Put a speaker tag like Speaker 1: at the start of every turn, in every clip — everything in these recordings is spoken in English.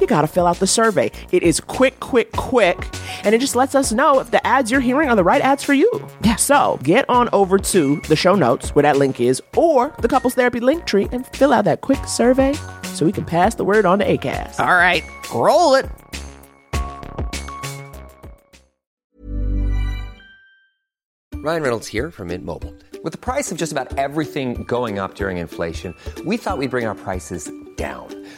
Speaker 1: you got to fill out the survey. It is quick, quick, quick. And it just lets us know if the ads you're hearing are the right ads for you.
Speaker 2: Yeah.
Speaker 1: So get on over to the show notes where that link is or the couples therapy link tree and fill out that quick survey so we can pass the word on to ACAS.
Speaker 2: All right, roll it.
Speaker 3: Ryan Reynolds here from Mint Mobile. With the price of just about everything going up during inflation, we thought we'd bring our prices down.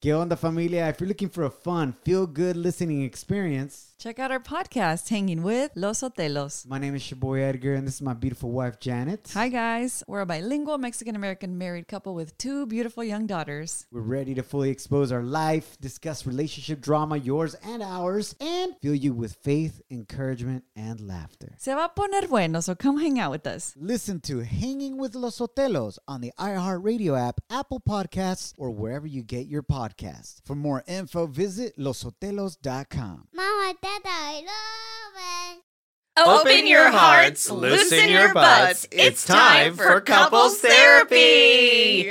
Speaker 4: ¿Qué onda familia? If you're looking for a fun, feel-good listening experience,
Speaker 5: Check out our podcast, Hanging with Los Otelos.
Speaker 4: my name is your boy Edgar and this is my beautiful wife Janet.
Speaker 5: Hi, guys. We're a bilingual Mexican American married couple with two beautiful young daughters.
Speaker 4: We're ready to fully expose our life, discuss relationship drama, yours and ours, and fill you with faith, encouragement, and laughter.
Speaker 5: Se va a poner bueno, so come hang out with us.
Speaker 4: Listen to Hanging with Los Otelos on the iHeartRadio app, Apple Podcasts, or wherever you get your podcasts. For more info, visit losotelos.com.
Speaker 6: Mama, Dad, I love it.
Speaker 7: Open your hearts, loosen your butts. It's time for couples therapy.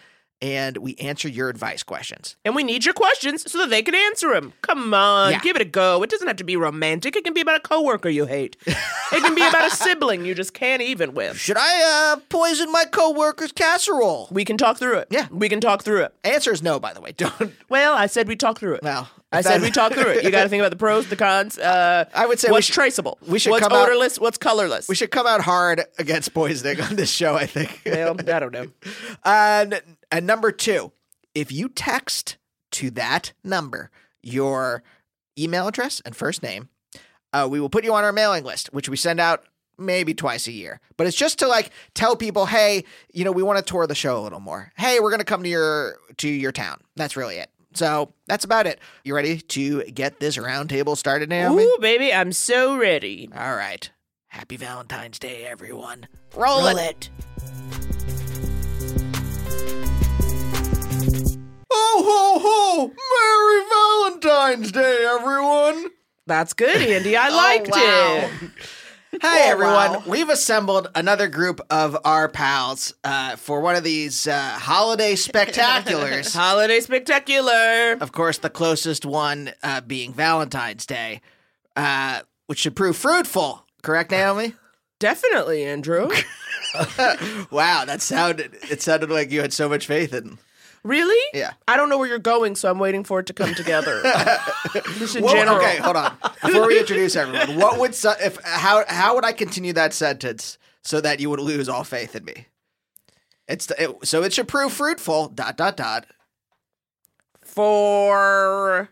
Speaker 2: and we answer your advice questions.
Speaker 1: And we need your questions so that they can answer them. Come on,
Speaker 2: Yeah.
Speaker 1: give it a go. It doesn't have to be romantic. It can be about a coworker you hate. it can be about a sibling you just can't even with.
Speaker 2: Should I uh, poison my coworker's casserole?
Speaker 1: We can talk through it.
Speaker 2: Yeah.
Speaker 1: We can talk through it.
Speaker 2: Answer is no, by the way. Don't.
Speaker 1: Well, I said we talk through it.
Speaker 2: Well,
Speaker 1: I
Speaker 2: if
Speaker 1: said
Speaker 2: that-
Speaker 1: we talk through it. You got to think about the pros, the cons. Uh,
Speaker 2: I would say we
Speaker 1: what's
Speaker 2: should-
Speaker 1: traceable.
Speaker 2: we should
Speaker 1: what's
Speaker 2: come out-
Speaker 1: odorless. what's colorless.
Speaker 2: We should come out hard against poisoning on this show, I think.
Speaker 1: Well, I don't know.
Speaker 2: and, and number two, if you text to that number your email address and first name, uh, we will put you on our mailing list, which we send out maybe twice a year. But it's just to like tell people, hey, you know, we want to tour the show a little more. Hey, we're gonna come to your to your town. That's really it. So that's about it. You ready to get this roundtable started, Naomi?
Speaker 1: Ooh, baby, I'm so ready.
Speaker 2: All right. Happy Valentine's Day, everyone. Roll, it. Ho, ho, ho! Merry Valentine's Day, everyone! Oh,
Speaker 1: That's good, Andy.
Speaker 8: Oh,
Speaker 1: I liked it. Oh,
Speaker 2: Hi, everyone. We've assembled another group of our pals uh, for one of these uh, holiday spectaculars.
Speaker 1: Holiday spectacular.
Speaker 2: of course, the closest one uh, being Valentine's Day, uh, which should prove fruitful. Correct, Naomi?
Speaker 1: Definitely, Andrew.
Speaker 2: wow, that sounded it sounded like you had so much faith in.
Speaker 1: Really?
Speaker 2: Yeah.
Speaker 1: I don't know where you're going, so I'm waiting for it to come together. Just in
Speaker 2: Whoa,
Speaker 1: general.
Speaker 2: Okay, hold on. Before we introduce everyone, what would so- if how how would I continue that sentence so that you would lose all faith in me? It's it, so it should prove fruitful. Dot dot dot.
Speaker 1: For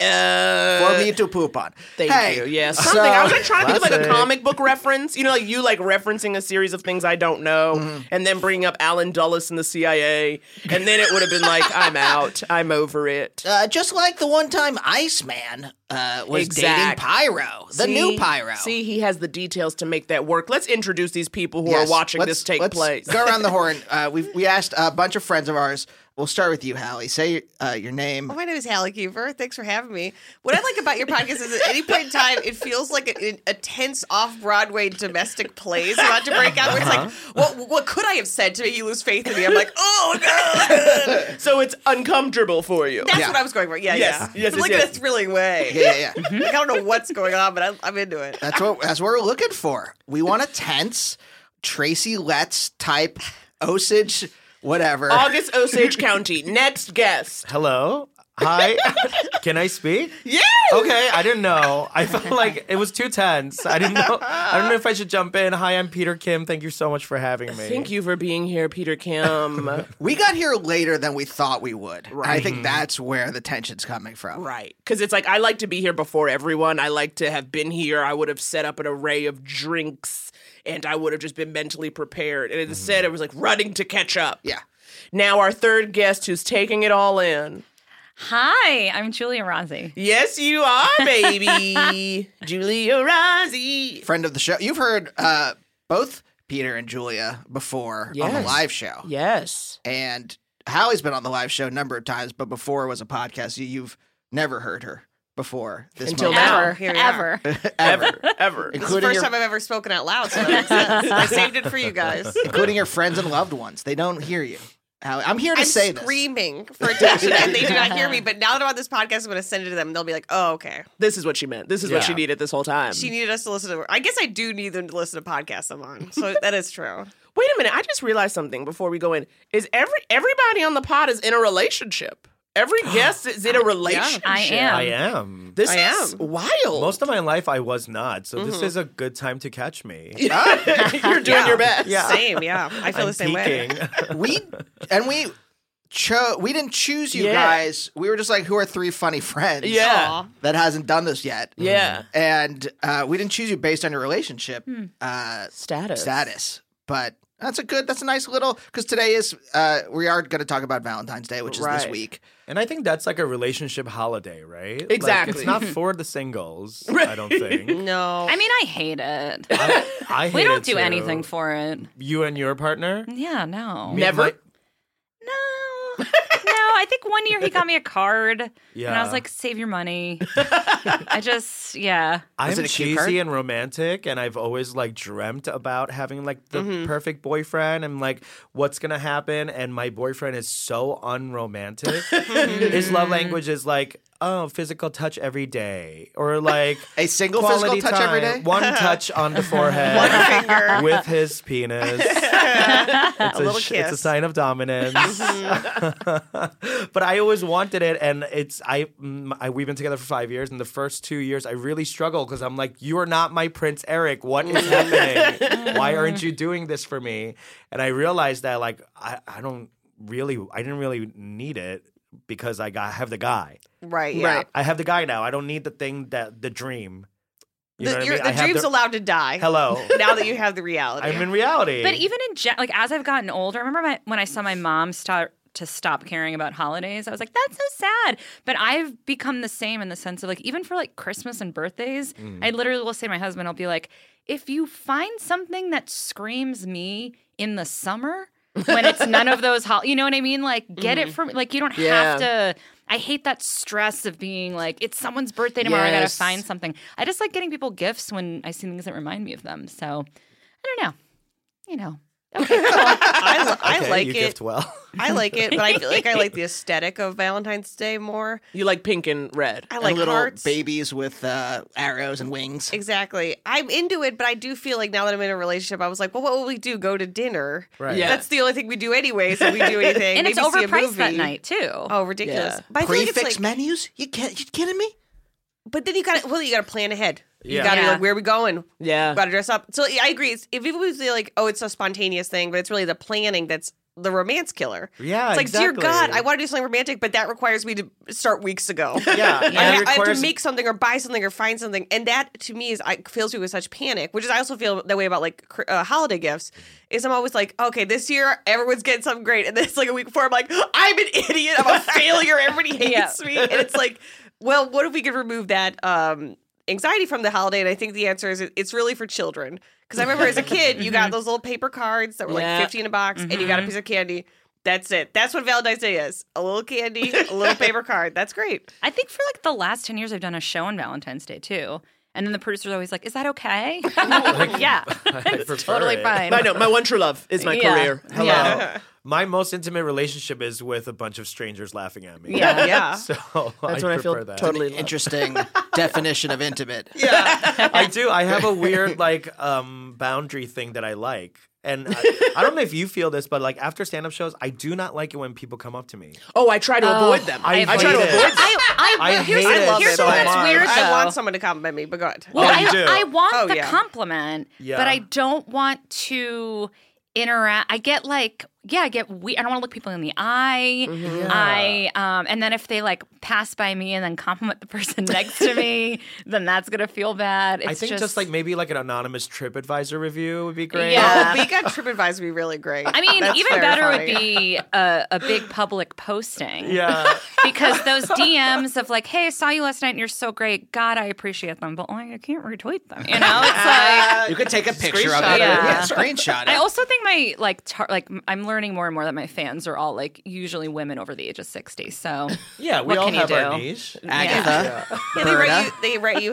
Speaker 1: uh,
Speaker 2: for me to poop on.
Speaker 1: Thank
Speaker 2: Hey,
Speaker 1: you. Yeah, something. I was like, trying to think of like a
Speaker 2: Classic.
Speaker 1: comic book reference. You know, like you like referencing a series of things I don't know,
Speaker 2: Mm-hmm.
Speaker 1: and then bringing up Alan Dulles and the CIA, and then it would have been like, I'm out. I'm over it.
Speaker 2: Uh, just like the one time Iceman uh, was
Speaker 1: Exact.
Speaker 2: dating Pyro, the
Speaker 1: See?
Speaker 2: new Pyro.
Speaker 1: See, he has the details to make that work. Let's introduce these people who
Speaker 2: Yes,
Speaker 1: are watching
Speaker 2: let's-
Speaker 1: this take
Speaker 2: let's
Speaker 1: place.
Speaker 2: Go around the horn. Uh, we've, we asked a bunch of friends of ours. We'll start with you, Hallie. Say uh, your name.
Speaker 9: Oh, my name is Hallie Cuver. Thanks for having me. What I like about your podcast is at any point in time, it feels like a, a tense off Broadway domestic play is about to break out. Where it's like,
Speaker 2: Uh-huh.
Speaker 9: what, what could I have said to make you lose faith in me? I'm like, oh, no.
Speaker 1: so it's uncomfortable for you.
Speaker 9: That's
Speaker 2: Yeah.
Speaker 9: what I was going for. Yeah,
Speaker 1: Yeah.
Speaker 9: yes.
Speaker 1: Yes,
Speaker 9: It's like
Speaker 1: yes,
Speaker 9: in a
Speaker 1: yes.
Speaker 9: thrilling way.
Speaker 2: Yeah, yeah, yeah.
Speaker 9: Like, I don't know what's going on, but I'm, I'm into it.
Speaker 2: That's what that's what we're looking for. We want a tense Tracy Letts type Osage whatever.
Speaker 1: August Osage County. Next guest.
Speaker 10: Hello. Oh, Hi. Can I speak?
Speaker 1: Yeah.
Speaker 10: Okay, I didn't know. I felt like it was too tense. I didn't know. I don't know if I should jump in. Hi, I'm Peter Kim. Thank you so much for having me.
Speaker 1: Thank you for being here, Peter Kim.
Speaker 2: We got here later than we thought we would. Right. I think that's where the tension's coming from.
Speaker 1: Right. Because it's like, I like to be here before everyone. I like to have been here. I would have set up an array of drinks and I would have just been mentally prepared. And instead, it was like running to catch up.
Speaker 2: Yeah.
Speaker 1: Now, our third guest who's taking it all in.
Speaker 11: Hi, I'm Julia Rossi.
Speaker 1: Yes, you are, baby. Julia Rossi.
Speaker 2: Friend of the show. You've heard uh, both Peter and Julia before on the
Speaker 1: Yes.
Speaker 2: live show.
Speaker 1: Yes.
Speaker 2: And Hallie's been on the live show a number of times, but before it was a podcast, you, you've never heard her before this
Speaker 1: Until
Speaker 2: moment.
Speaker 1: now.
Speaker 11: Ever,
Speaker 9: Here we
Speaker 11: ever.
Speaker 1: Ever. Ever.
Speaker 9: This is the
Speaker 2: Including
Speaker 9: first
Speaker 2: your,
Speaker 9: time I've ever spoken out loud, so that makes sense. I saved it for you guys.
Speaker 2: including your friends and loved ones. They don't hear you. Hallie, I'm here to
Speaker 9: I'm
Speaker 2: say this.
Speaker 9: screaming for attention, and they do not hear me. But now that I'm on this podcast, I'm going to send it to them, and they'll be like, "Oh, okay."
Speaker 1: This is what she meant. This is what
Speaker 10: Yeah.
Speaker 1: she needed this whole time.
Speaker 9: She needed us to listen to her. I guess I do need them to listen to podcasts I'm on. So that is true.
Speaker 1: Wait a minute. I just realized something before we go in. Is every everybody on the pod is in a relationship? Every guest is in a relationship.
Speaker 11: I am.
Speaker 10: I am.
Speaker 1: This
Speaker 9: I
Speaker 1: is
Speaker 9: am.
Speaker 1: wild. Mm-hmm.
Speaker 10: Most of my life, I was not. So this is a good time to catch me.
Speaker 1: You're doing your best.
Speaker 10: Yeah.
Speaker 9: Same, yeah. I feel
Speaker 10: I'm
Speaker 9: the same way.
Speaker 10: peaking.
Speaker 2: we and we chose we didn't choose you
Speaker 1: Yeah.
Speaker 2: guys we were just like who are three funny friends
Speaker 1: Yeah.
Speaker 9: Aw.
Speaker 2: that hasn't done this yet
Speaker 1: Yeah.
Speaker 2: and uh, we didn't choose you based on your relationship
Speaker 9: Hmm.
Speaker 2: uh,
Speaker 1: Status.
Speaker 2: status but that's a good that's a nice little because today is uh, we are going to talk about valentine's day which is
Speaker 1: Right.
Speaker 2: this week
Speaker 10: and I think that's like a relationship holiday, right? Like,
Speaker 1: Exactly.
Speaker 10: it's not for the singles, I don't think.
Speaker 9: No.
Speaker 11: I mean, I hate it.
Speaker 10: I, I hate
Speaker 11: we
Speaker 10: it
Speaker 11: don't do
Speaker 10: too.
Speaker 11: anything for it.
Speaker 10: you and your partner.
Speaker 11: Yeah, no.
Speaker 10: Me-
Speaker 11: No.
Speaker 1: Never?
Speaker 10: my-
Speaker 11: No, I think one year he got me a card. And I
Speaker 10: Yeah.
Speaker 11: was like, save your money. I just, yeah.
Speaker 10: I'm
Speaker 2: it a cue card?
Speaker 10: cheesy and romantic, and I've always like dreamt about having like the
Speaker 2: Mm-hmm.
Speaker 10: perfect boyfriend and like what's gonna happen. And my boyfriend is so unromantic. His
Speaker 2: Mm-hmm.
Speaker 10: love language is like, oh, physical touch every day, or like
Speaker 2: A single physical
Speaker 10: quality
Speaker 2: touch every
Speaker 10: time.
Speaker 2: day?
Speaker 10: one touch on the forehead,
Speaker 9: One finger.
Speaker 10: with his penis. it's a,
Speaker 9: little
Speaker 10: sh- It's a
Speaker 9: kiss.
Speaker 10: sign of dominance. but I always wanted it, and it's I, mm, I. We've been together for five years, and the first two years I really struggle because I'm like, you are not my Prince Eric. What is happening? Why aren't you doing this for me? And I realized that like I, I don't really, I didn't really need it because I got I have the guy.
Speaker 9: right, yeah.
Speaker 1: Right.
Speaker 10: I have the guy now. I don't need the thing that the dream. You know
Speaker 9: the
Speaker 10: what I
Speaker 9: your-
Speaker 10: mean?
Speaker 9: the
Speaker 10: I have
Speaker 9: dream's allowed to die.
Speaker 10: Hello.
Speaker 9: Now that you have the reality.
Speaker 10: I'm in reality.
Speaker 11: But even in, gen- like, as I've gotten older, I remember my, when I saw my mom start to stop caring about holidays, I was like, that's so sad. But I've become the same in the sense of, like, even for like Christmas and birthdays,
Speaker 10: Mm.
Speaker 11: I literally will say to my husband, I'll be like, if you find something that screams me in the summer, when it's none of those, hol- you know what I mean? Like, get
Speaker 9: Mm.
Speaker 11: it from, like, you don't have to. I hate that stress of being like, it's someone's birthday tomorrow. I gotta
Speaker 1: Yes.
Speaker 11: find something. I just like getting people gifts when I see things that remind me of them. So I don't know you know.
Speaker 9: I, li- I
Speaker 10: Okay,
Speaker 9: like
Speaker 10: you
Speaker 9: it.
Speaker 10: gift well.
Speaker 9: I like it, but I feel like I like the aesthetic of Valentine's Day more.
Speaker 1: You like pink and red.
Speaker 9: I
Speaker 2: And
Speaker 9: like
Speaker 2: little
Speaker 9: hearts.
Speaker 2: babies with uh, arrows and wings
Speaker 9: Exactly. I'm into it, but I do feel like now that I'm in a relationship, I was like, well, what will we do? Go to dinner.
Speaker 10: Right.
Speaker 1: Yeah.
Speaker 9: That's the only thing we do anyway, so we do anything.
Speaker 11: And it's
Speaker 9: Maybe see a
Speaker 11: overpriced that
Speaker 9: movie.
Speaker 11: night too.
Speaker 9: Oh, ridiculous.
Speaker 1: Yeah.
Speaker 9: But I feel like
Speaker 2: prefix
Speaker 9: it's like,
Speaker 2: menus you can't you kidding me
Speaker 9: but then you got to well, you got to plan ahead. You
Speaker 10: Yeah.
Speaker 9: got to
Speaker 11: Yeah.
Speaker 9: like, where are we going?
Speaker 1: Yeah.
Speaker 9: Got to dress up. So yeah, I agree. It's, if people would say like, oh, it's a spontaneous thing, but it's really the planning that's the romance killer.
Speaker 10: Yeah,
Speaker 9: it's like
Speaker 10: exactly.
Speaker 9: dear God, I want to do something romantic, but that requires me to start weeks ago.
Speaker 10: Yeah,
Speaker 9: I,
Speaker 10: and it
Speaker 9: ha- I have
Speaker 10: requires-
Speaker 9: to make something or buy something or find something, and that to me is I fills me with such panic. Which is I also feel that way about like cr- uh, holiday gifts. Is I'm always like, okay, this year everyone's getting something great, and then it's like a week before I'm like, I'm an idiot, I'm a failure, everybody hates
Speaker 11: Yeah.
Speaker 9: me, and it's like, well, what if we could remove that? um anxiety from the holiday and i think the answer is it- it's really for children because i remember as a kid you
Speaker 11: Mm-hmm.
Speaker 9: got those little paper cards that were
Speaker 11: Yeah.
Speaker 9: like 50 in a box and you got a
Speaker 11: Mhm.
Speaker 9: piece of candy that's it that's what valentine's day is a little candy a little paper card that's great
Speaker 11: I think for like the last 10 years, I've done a show on Valentine's Day too. And then the producer's always like, is that okay?
Speaker 10: Oh,
Speaker 11: yeah.
Speaker 10: it's
Speaker 11: totally fine.
Speaker 1: I know. My one true love is my
Speaker 11: Yeah.
Speaker 1: career. Hello.
Speaker 10: Hello. My most intimate relationship is with a bunch of strangers laughing at me.
Speaker 1: Yeah.
Speaker 9: Yeah.
Speaker 10: So
Speaker 1: That's
Speaker 10: I
Speaker 1: when I feel
Speaker 10: prefer that.
Speaker 1: totally loved.
Speaker 2: Interesting definition of intimate.
Speaker 10: I do. I have a weird like um boundary thing that I like. And I, I don't know if you feel this, but like after stand up shows, I do not like it when people come up to me.
Speaker 1: Oh, I try to avoid them.
Speaker 10: I
Speaker 1: I, try to
Speaker 10: hate it.
Speaker 1: avoid them.
Speaker 11: I, I,
Speaker 10: I
Speaker 11: here's
Speaker 10: hate
Speaker 11: the-
Speaker 10: it
Speaker 11: here's
Speaker 10: so
Speaker 11: the thing that's
Speaker 10: much.
Speaker 11: weird though.
Speaker 9: i want someone to compliment me but go ahead
Speaker 11: Well,
Speaker 10: Oh,
Speaker 11: I,
Speaker 10: you do.
Speaker 11: I want
Speaker 9: Oh,
Speaker 11: the
Speaker 9: yeah.
Speaker 11: compliment,
Speaker 10: Yeah.
Speaker 11: but I don't want to interact. I get like, yeah, I get we. I don't want to look people in the eye.
Speaker 10: Mm-hmm.
Speaker 11: I um, and then if they like pass by me and then compliment the person next to me, then that's gonna feel bad. It's
Speaker 10: I think just, like maybe like an anonymous TripAdvisor review would be great.
Speaker 11: Yeah.
Speaker 9: yeah being on tripadvisor would be really great
Speaker 11: I mean,
Speaker 9: That's
Speaker 11: even better would
Speaker 9: terrifying.
Speaker 11: be a, a big public posting.
Speaker 10: Yeah.
Speaker 11: because those DMs of like, "Hey, I saw you last night, and you're so great. God, I appreciate them, but like, I can't retweet them." You know, it's like
Speaker 2: You could take a picture of
Speaker 11: Screenshot
Speaker 2: it.
Speaker 11: it. Yeah.
Speaker 2: screenshot it.
Speaker 11: I also think my like tar- like m- I'm learning more and more that my fans are all like usually women over the age of sixty. So
Speaker 10: Yeah, we
Speaker 11: What
Speaker 10: all
Speaker 11: can you
Speaker 10: have
Speaker 11: do?
Speaker 10: our niche.
Speaker 2: Agatha.
Speaker 9: yeah, they write you they write you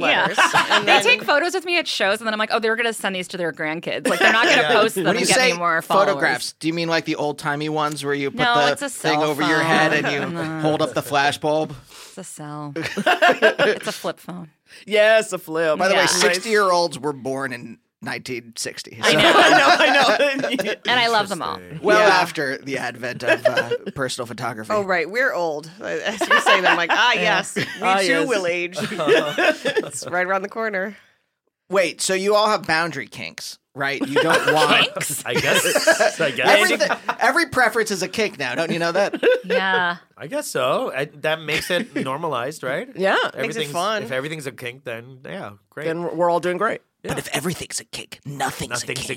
Speaker 9: letters and
Speaker 11: they
Speaker 9: then
Speaker 11: take photos with me at shows, and then I'm like, oh, they're gonna send these to their grandkids. Like they're not gonna post them
Speaker 2: When you
Speaker 11: and get
Speaker 2: say
Speaker 11: any more followers.
Speaker 2: photographs, do you mean like the old timey ones where you put
Speaker 11: No,
Speaker 2: the
Speaker 11: it's a
Speaker 2: thing
Speaker 11: cell
Speaker 2: over your head and you
Speaker 11: phone. No.
Speaker 2: hold up the flash bulb?
Speaker 11: It's a cell. it's a flip phone.
Speaker 1: Yes, a flip.
Speaker 2: By the way,
Speaker 11: Yeah.
Speaker 2: 60 year olds were born in 1960. So
Speaker 1: I know. I know.
Speaker 11: And I love them all.
Speaker 2: well after the advent of uh, personal photography.
Speaker 9: Oh right, we're old. As you say that, I'm like, ah yes, we
Speaker 1: Ah,
Speaker 9: too
Speaker 1: yes.
Speaker 9: will age. it's right around the corner.
Speaker 2: Wait, so you all have boundary kinks, right? You don't want.
Speaker 10: I guess. I guess.
Speaker 2: Everything, every preference is a kink now, don't you know that?
Speaker 11: Yeah.
Speaker 10: I guess so. I, that makes it normalized, right?
Speaker 1: Yeah.
Speaker 9: Makes it
Speaker 10: Everything's
Speaker 9: fun.
Speaker 10: If everything's a kink, then yeah, great.
Speaker 1: Then we're- we're all doing great.
Speaker 2: But if everything's a kink, nothing's,
Speaker 10: Nothing's
Speaker 2: a
Speaker 10: a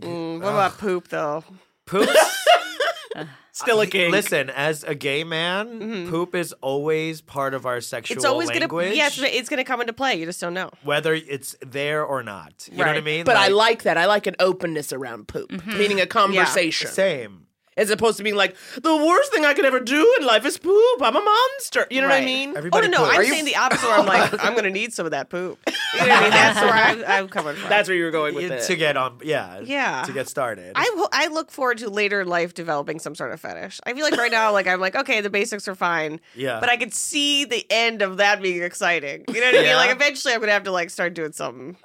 Speaker 10: king.
Speaker 9: Mm, what about poop though?
Speaker 10: Poops.
Speaker 1: Still a
Speaker 9: Uh,
Speaker 1: king.
Speaker 10: Listen, as a gay man, poop is always part of our sexual
Speaker 9: Mm-hmm. It's always
Speaker 10: language.
Speaker 9: gonna yes, but it's gonna come into play. You just don't know.
Speaker 10: whether it's there or not. You know what I
Speaker 9: Right. Mm-hmm.
Speaker 10: mean?
Speaker 1: But I like that. I like an openness around poop, meaning a conversation,
Speaker 10: same.
Speaker 1: as opposed to being like the worst thing I could ever do in life is poop. I'm a monster. You know what I
Speaker 9: Right.
Speaker 1: mean?
Speaker 10: Everybody
Speaker 9: oh no, no,
Speaker 10: poops.
Speaker 9: I'm
Speaker 10: Are you-
Speaker 9: saying the opposite. Where I'm like, I'm gonna need some of that poop. You know what I mean? That's where I'm, I'm coming from.
Speaker 1: That's where you were going with
Speaker 10: Y-
Speaker 1: it.
Speaker 10: to get on, yeah,
Speaker 9: Yeah.
Speaker 10: to get started.
Speaker 9: I, ho- I look forward to later in life developing some sort of fetish. I feel like right now, like I'm like, okay, the basics are fine.
Speaker 10: Yeah.
Speaker 9: But I could see the end of that being exciting. You know what I mean?
Speaker 10: Yeah.
Speaker 9: Like eventually, I'm gonna have to like start doing something.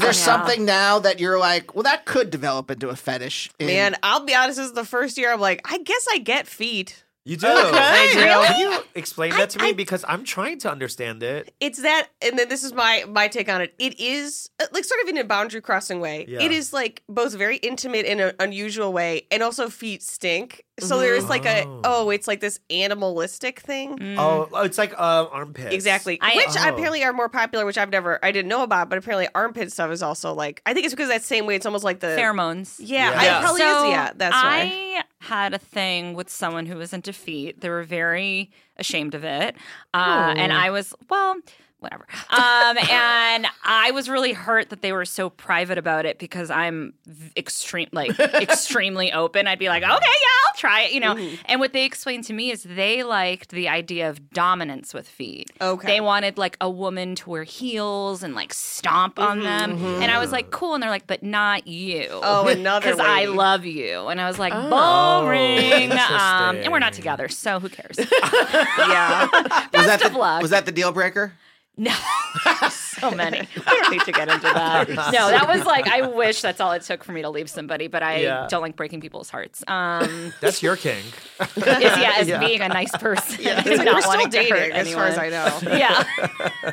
Speaker 2: there something now that you're like, well, that could develop into a fetish? in-
Speaker 9: Man, I'll be honest. This is the first year I'm like, I guess I get feet.
Speaker 10: you do.
Speaker 9: do.
Speaker 10: Can you explain that to me because I'm trying to understand it.
Speaker 9: It's that, and then this is my my take on it. It is uh, like sort of in a boundary crossing way.
Speaker 10: Yeah.
Speaker 9: It is like both very intimate in an unusual way, and also feet stink.
Speaker 11: Mm-hmm.
Speaker 9: So there is like
Speaker 10: Oh.
Speaker 9: a oh, it's like this animalistic thing.
Speaker 10: Oh, oh, it's like uh, armpits.
Speaker 9: Mm. Exactly.
Speaker 11: Mm. I-
Speaker 9: which
Speaker 10: Oh.
Speaker 9: apparently are more popular, which I've never, I didn't know about, but apparently armpit stuff is also like, I think it's because that same way, it's almost like the.
Speaker 11: Pheromones.
Speaker 9: Yeah,
Speaker 10: Yeah.
Speaker 9: I-
Speaker 10: Yeah.
Speaker 9: it probably
Speaker 11: so
Speaker 9: is. Yeah, that's
Speaker 11: I
Speaker 9: why.
Speaker 11: had a thing with someone who was into feet. They were very ashamed of it, uh, and I was well, whatever. Um, and I was really hurt that they were so private about it because I'm v- extreme, like extremely open. I'd be like, okay, yeah, I'll try it, you know. And what they explained to me is they liked the idea of dominance with feet.
Speaker 9: Okay.
Speaker 11: they wanted like a woman to wear heels and like stomp on them,
Speaker 9: Mm-hmm.
Speaker 11: and I was like, cool. And they're like, but not you.
Speaker 9: Oh, another
Speaker 11: Because I
Speaker 9: way. Oh.
Speaker 11: love you. And I was like, boring. Um, and we're
Speaker 10: interesting.
Speaker 11: not together, so who cares?
Speaker 9: Yeah.
Speaker 11: Best
Speaker 2: that
Speaker 11: of
Speaker 2: the,
Speaker 11: luck.
Speaker 2: Was that the deal breaker?
Speaker 11: No, so many. We don't need to get into that. No, that was like I wish that's all it took for me to leave somebody, but I
Speaker 10: Yeah.
Speaker 11: don't like breaking people's hearts. Um,
Speaker 10: That's your king.
Speaker 11: is, yeah, as
Speaker 10: Yeah.
Speaker 11: being a nice person,
Speaker 9: Yeah, it's
Speaker 11: and
Speaker 9: like,
Speaker 11: not
Speaker 9: we're still
Speaker 11: wanting to hurt
Speaker 9: dating, as far as
Speaker 11: anyone.
Speaker 9: I know.
Speaker 11: Yeah,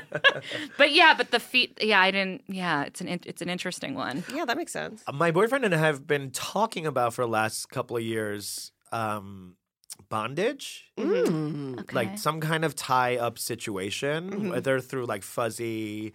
Speaker 11: but yeah, but the feet. Yeah, I didn't. Yeah, it's an in- it's an interesting one.
Speaker 9: Yeah, that makes sense.
Speaker 10: My boyfriend and I have been talking about for the last couple of years um, bondage.
Speaker 1: Mm.
Speaker 9: Mm. Mm-hmm.
Speaker 10: like some kind of tie up situation,
Speaker 9: Mhm.
Speaker 10: whether through like fuzzy